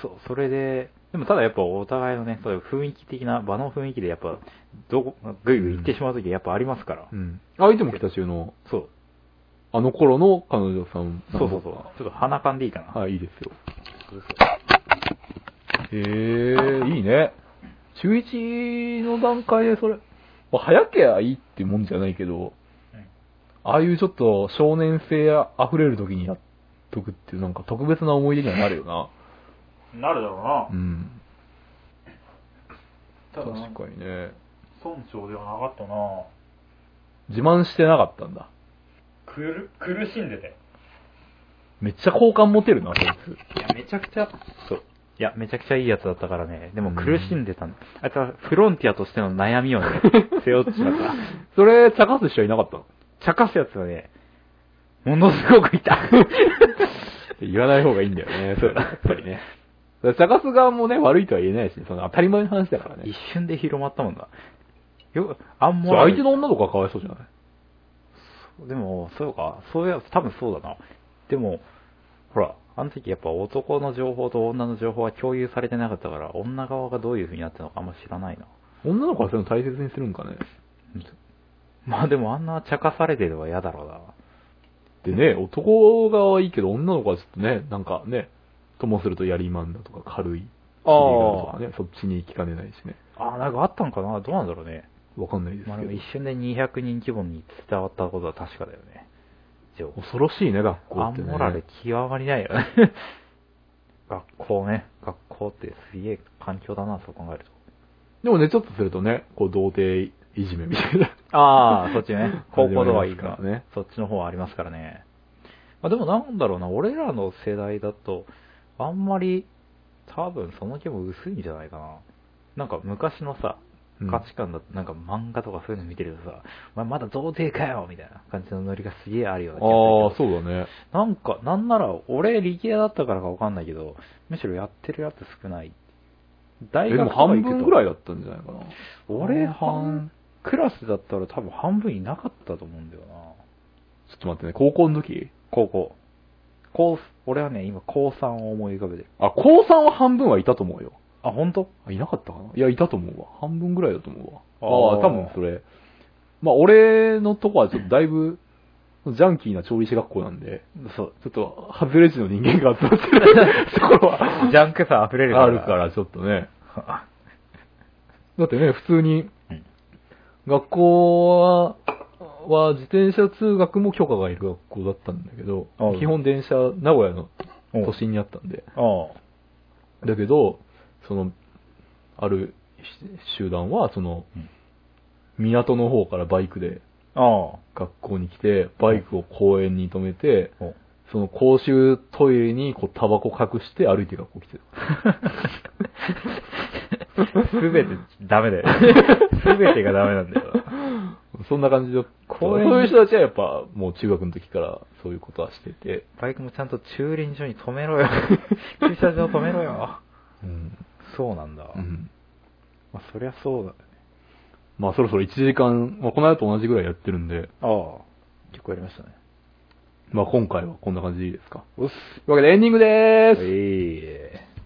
[SPEAKER 2] そう、それで、でもただやっぱお互いのね、そういう雰囲気的な、場の雰囲気でやっぱ、どこ、ぐいぐい行ってしまうときやっぱありますから。
[SPEAKER 1] うん。相手も北中の、
[SPEAKER 2] そう、
[SPEAKER 1] あの頃の彼女さん。
[SPEAKER 2] そうそうそう。ちょっと鼻かんでいいかな。
[SPEAKER 1] はい、いいですよ。
[SPEAKER 2] そうそう
[SPEAKER 1] へえ、いいね。中1の段階でそれ、まあ、早けりゃいいってもんじゃないけど、ああいうちょっと少年性溢れる時にやっとくっていう、なんか特別な思い出にはなるよな。
[SPEAKER 4] なるだろ
[SPEAKER 1] う
[SPEAKER 4] うな。
[SPEAKER 1] ん。
[SPEAKER 4] ただ
[SPEAKER 1] 確かにね。
[SPEAKER 4] 村長ではなかったな
[SPEAKER 1] 自慢してなかったんだ。
[SPEAKER 4] くる苦しんでたよ。
[SPEAKER 1] めっちゃ好感持て るな、そいつ。
[SPEAKER 2] いや、めちゃくちゃ、そう。いや、めちゃくちゃいいやつだったからね。でも
[SPEAKER 1] うん
[SPEAKER 2] 苦しんでたんあいつはフロンティアとしての悩み をね、背負っちまった。
[SPEAKER 1] それ、茶化す人はいなか ったの
[SPEAKER 2] 茶化すやつはね、ものすごくいた。
[SPEAKER 1] 言わない方がいいんだよね、そうだ、やっぱりね。だから茶化す側もね、悪いとは言えないし、その当たり前の話だからね。
[SPEAKER 2] 一瞬で広まったもんな。よ、あん
[SPEAKER 1] そう
[SPEAKER 2] ま
[SPEAKER 1] 相手の女とかかわいそうじゃない
[SPEAKER 2] でも、そうか、そうや、多分そうだな。でも、ほら、あの時やっぱ男の情報と女の情報は共有されてなかったから、女側がどういう風になってたのかあんま知らないな。
[SPEAKER 1] 女の子はそういうの大切にするんかね。
[SPEAKER 2] まあでもあんな茶化されてれば嫌だろうな。
[SPEAKER 1] でね、男側はいいけど、女の子はちょっとね、なんかね、ともするとやりまんだとか軽い。
[SPEAKER 2] あー
[SPEAKER 1] シリガルとかね、そっちに行きかねないしね。
[SPEAKER 2] ああ、なんかあったんかなどうなんだろうね。
[SPEAKER 1] わかんないです
[SPEAKER 2] まあ
[SPEAKER 1] け
[SPEAKER 2] で
[SPEAKER 1] ど
[SPEAKER 2] も。一瞬で200人規模に伝わったことは確かだよね。情報。
[SPEAKER 1] 恐ろしいね、学校
[SPEAKER 2] ア
[SPEAKER 1] って
[SPEAKER 2] ン
[SPEAKER 1] ね。
[SPEAKER 2] モラル極まりないよね。 学校ね。学校ってすげえ環境だな、そう考えると。
[SPEAKER 1] でもね、ちょっとするとね、こう、童貞いじめみた いな。
[SPEAKER 2] ああ、そっ ちね。高校とはいい
[SPEAKER 1] 始まりま
[SPEAKER 2] か
[SPEAKER 1] すからね
[SPEAKER 2] そっちの方はありますからね。まあ、でもなんだろうな、俺らの世代だと、あんまり、多分その気も薄いんじゃないかな。なんか昔のさ、
[SPEAKER 1] うん
[SPEAKER 2] 価値観だと、なんか漫画とかそういうの見てるとさ、お前まだ童貞かよみたいな感じのノリがすげえあるよう
[SPEAKER 1] あ
[SPEAKER 2] な
[SPEAKER 1] あ
[SPEAKER 2] 気がするけど。、
[SPEAKER 1] そうだね。
[SPEAKER 2] なんか、なんなら、俺、理系だったからかわかんないけど、むしろやってるやつ少ない。
[SPEAKER 1] え
[SPEAKER 2] 大
[SPEAKER 1] で
[SPEAKER 2] 学
[SPEAKER 1] も
[SPEAKER 2] とか行
[SPEAKER 1] 半
[SPEAKER 2] くと
[SPEAKER 1] 分ぐらいだったんじゃないかな。
[SPEAKER 2] 俺、
[SPEAKER 1] 半
[SPEAKER 2] 半、クラスだったら多分半分いなかったと思うんだよな。
[SPEAKER 1] ちょっと待ってね、高校の時
[SPEAKER 2] 高校。高、俺はね、今、高3を思い浮かべてる。
[SPEAKER 1] あ、高3は半分はいたと思うよ。
[SPEAKER 2] あ、本当？
[SPEAKER 1] あ、いなかったかないや、いたと思うわ。半分ぐらいだと思うわ。あ
[SPEAKER 2] あー
[SPEAKER 1] あー、多分それ。まあ、俺のとこはちょっとだいぶ、ジャンキーな調理師学校なんで、
[SPEAKER 2] そう。
[SPEAKER 1] ちょっと、外れ値の人間が集まってるところ は、
[SPEAKER 2] ジャンクさ溢れるから。
[SPEAKER 1] あるから、ちょっとね。
[SPEAKER 2] ら。
[SPEAKER 1] だってね、普通に
[SPEAKER 2] うん、
[SPEAKER 1] 学校は、は自転車通学も許可がいる学校だったんだけど
[SPEAKER 2] あ、
[SPEAKER 1] 基本電車、名古屋の
[SPEAKER 2] うん
[SPEAKER 1] 都心にあったんで、
[SPEAKER 2] あ
[SPEAKER 1] だけど、その、あるし集団は、その
[SPEAKER 2] うん、
[SPEAKER 1] 港の方からバイクで
[SPEAKER 2] あ。ああ。
[SPEAKER 1] 学校に来て、バイクを公園に止めて、
[SPEAKER 2] お
[SPEAKER 1] その公衆トイレにこうタバコ隠して歩いて学校来てた。
[SPEAKER 2] すべてダメだよ。すべてがダメなんだよ。
[SPEAKER 1] そんな感じで、
[SPEAKER 2] 公園に
[SPEAKER 1] そういう人たちはやっぱもう中学の時からそういうことはしてて、
[SPEAKER 2] バイクもちゃんと駐輪場に止め ろよ。駐車場止めろよ。
[SPEAKER 1] うん
[SPEAKER 2] そうなんだ。
[SPEAKER 1] うん
[SPEAKER 2] まあ、そりゃそうだね。
[SPEAKER 1] まあそろそろ1時間、まあ、この間と同じぐらいやってるんで、
[SPEAKER 2] ああ。結構やりましたね。
[SPEAKER 1] まあ今回はこんな感じでいいですか。
[SPEAKER 2] うっす。
[SPEAKER 1] というわけでエンディングで
[SPEAKER 2] う
[SPEAKER 1] ーす、
[SPEAKER 2] いー。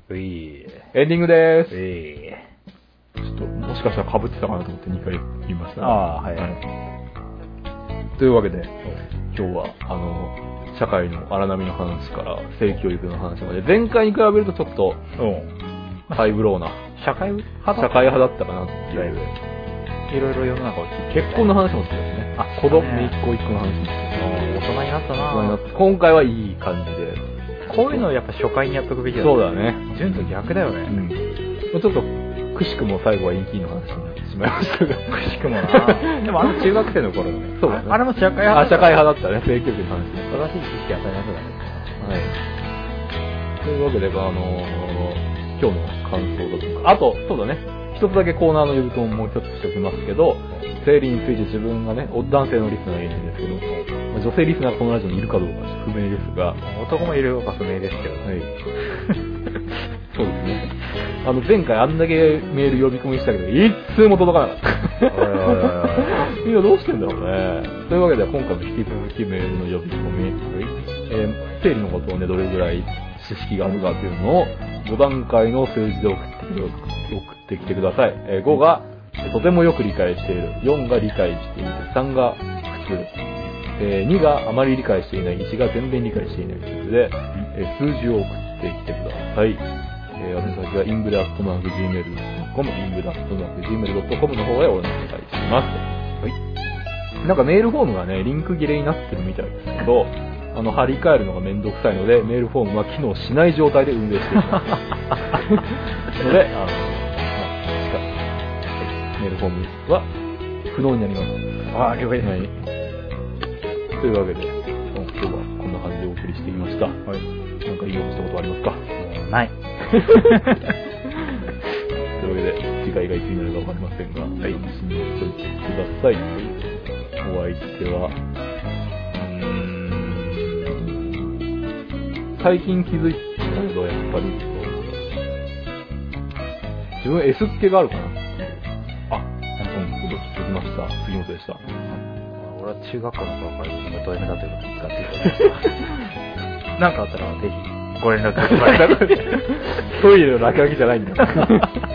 [SPEAKER 2] ういー。
[SPEAKER 1] エンディングでーす、
[SPEAKER 2] ういー。
[SPEAKER 1] ちょっともしかしたら被ってたかなと思って2回言いました、
[SPEAKER 2] ああ、はい。
[SPEAKER 1] というわけで、今日は、あの、社会の荒波の話から性教育の話まで、前回に比べるとちょっと
[SPEAKER 2] うん。
[SPEAKER 1] ハイブ ローな、
[SPEAKER 2] 社会派
[SPEAKER 1] 社会派だったかなっていう。
[SPEAKER 2] いろいろ世の中を聞いて
[SPEAKER 1] 結婚の話もしてたしね。
[SPEAKER 2] あ
[SPEAKER 1] 子供、
[SPEAKER 2] そう
[SPEAKER 1] め
[SPEAKER 2] ね
[SPEAKER 1] いっ子、一個の話もして
[SPEAKER 2] あー大人になった
[SPEAKER 1] た
[SPEAKER 2] な
[SPEAKER 1] 今回はいい感じで。
[SPEAKER 2] こういうのをやっぱ初回にやっとくべきだ
[SPEAKER 1] そうだね。
[SPEAKER 2] 純と逆だよね。
[SPEAKER 1] うん。まあちょっと、くしくも最後はインキーの話になってしまいましたが。くし
[SPEAKER 2] しくも なでもあの中学生の頃だね。
[SPEAKER 1] そうだね
[SPEAKER 2] あれも社会派
[SPEAKER 1] あ、社会派だったね。性教育の話ね。
[SPEAKER 2] 正しい知識与えなくなる。
[SPEAKER 1] はい。というわけで、あのー今日の感想だとか、あと、そうだね、一つだけコーナーの呼び込みもう一つしておきますけど、生理について自分がね、お男性のリスナーがいるんですけど、まあ女性リスナーがこのラジオにいるかどうかは不明ですが、は
[SPEAKER 2] 男もいるか不明ですけど。
[SPEAKER 1] い。 そうですね。あの、前回あんだけメール呼び込みしたけど、一通も届かなかった。
[SPEAKER 2] おいおいおい お
[SPEAKER 1] みんなどうしてんだろうね。というわけで、今回も引き続きメールの呼び込み、えー生理のことをね、どれぐらい知識があるかというのを、5段階の数字で送ってくる送ってきてください。えー5が、とてもよく理解している。4が理解している。3が、普通。えー2が、あまり理解していない。1が、全然理解していない。ということで、えー数字を送ってきてください。えー、私先はインブレアットマーク Gmail.com、インブレアットマーク Gmail.com の方へお願いします。はい。なんかメールフォームがね、リンク切れになってるみたいですけど、あの、張り替えるのがめんどくさいので、メールフォームは機能しない状態で運営してい ます。ので、あの、まあ、近く、はいメールフォームは不能になります。
[SPEAKER 2] ああ了解です
[SPEAKER 1] はい。というわけで、今日はこんな感じでお送りしてきました。はい。なんか言いようとしたことありますか
[SPEAKER 2] もうない。
[SPEAKER 1] というわけで、次回がいつになるかわかりませんが、はい、楽しみにしておいてください。お相手は、うーん最近気づいたのがやっぱり、自分 S っ気があるかな。あ、本当に気づきました。杉本でした。
[SPEAKER 2] 俺は中学校の頃から自分がド M だということに使っていたなんかあったらぜひご連絡くださ い。
[SPEAKER 1] トイレの落書きじゃないんだ。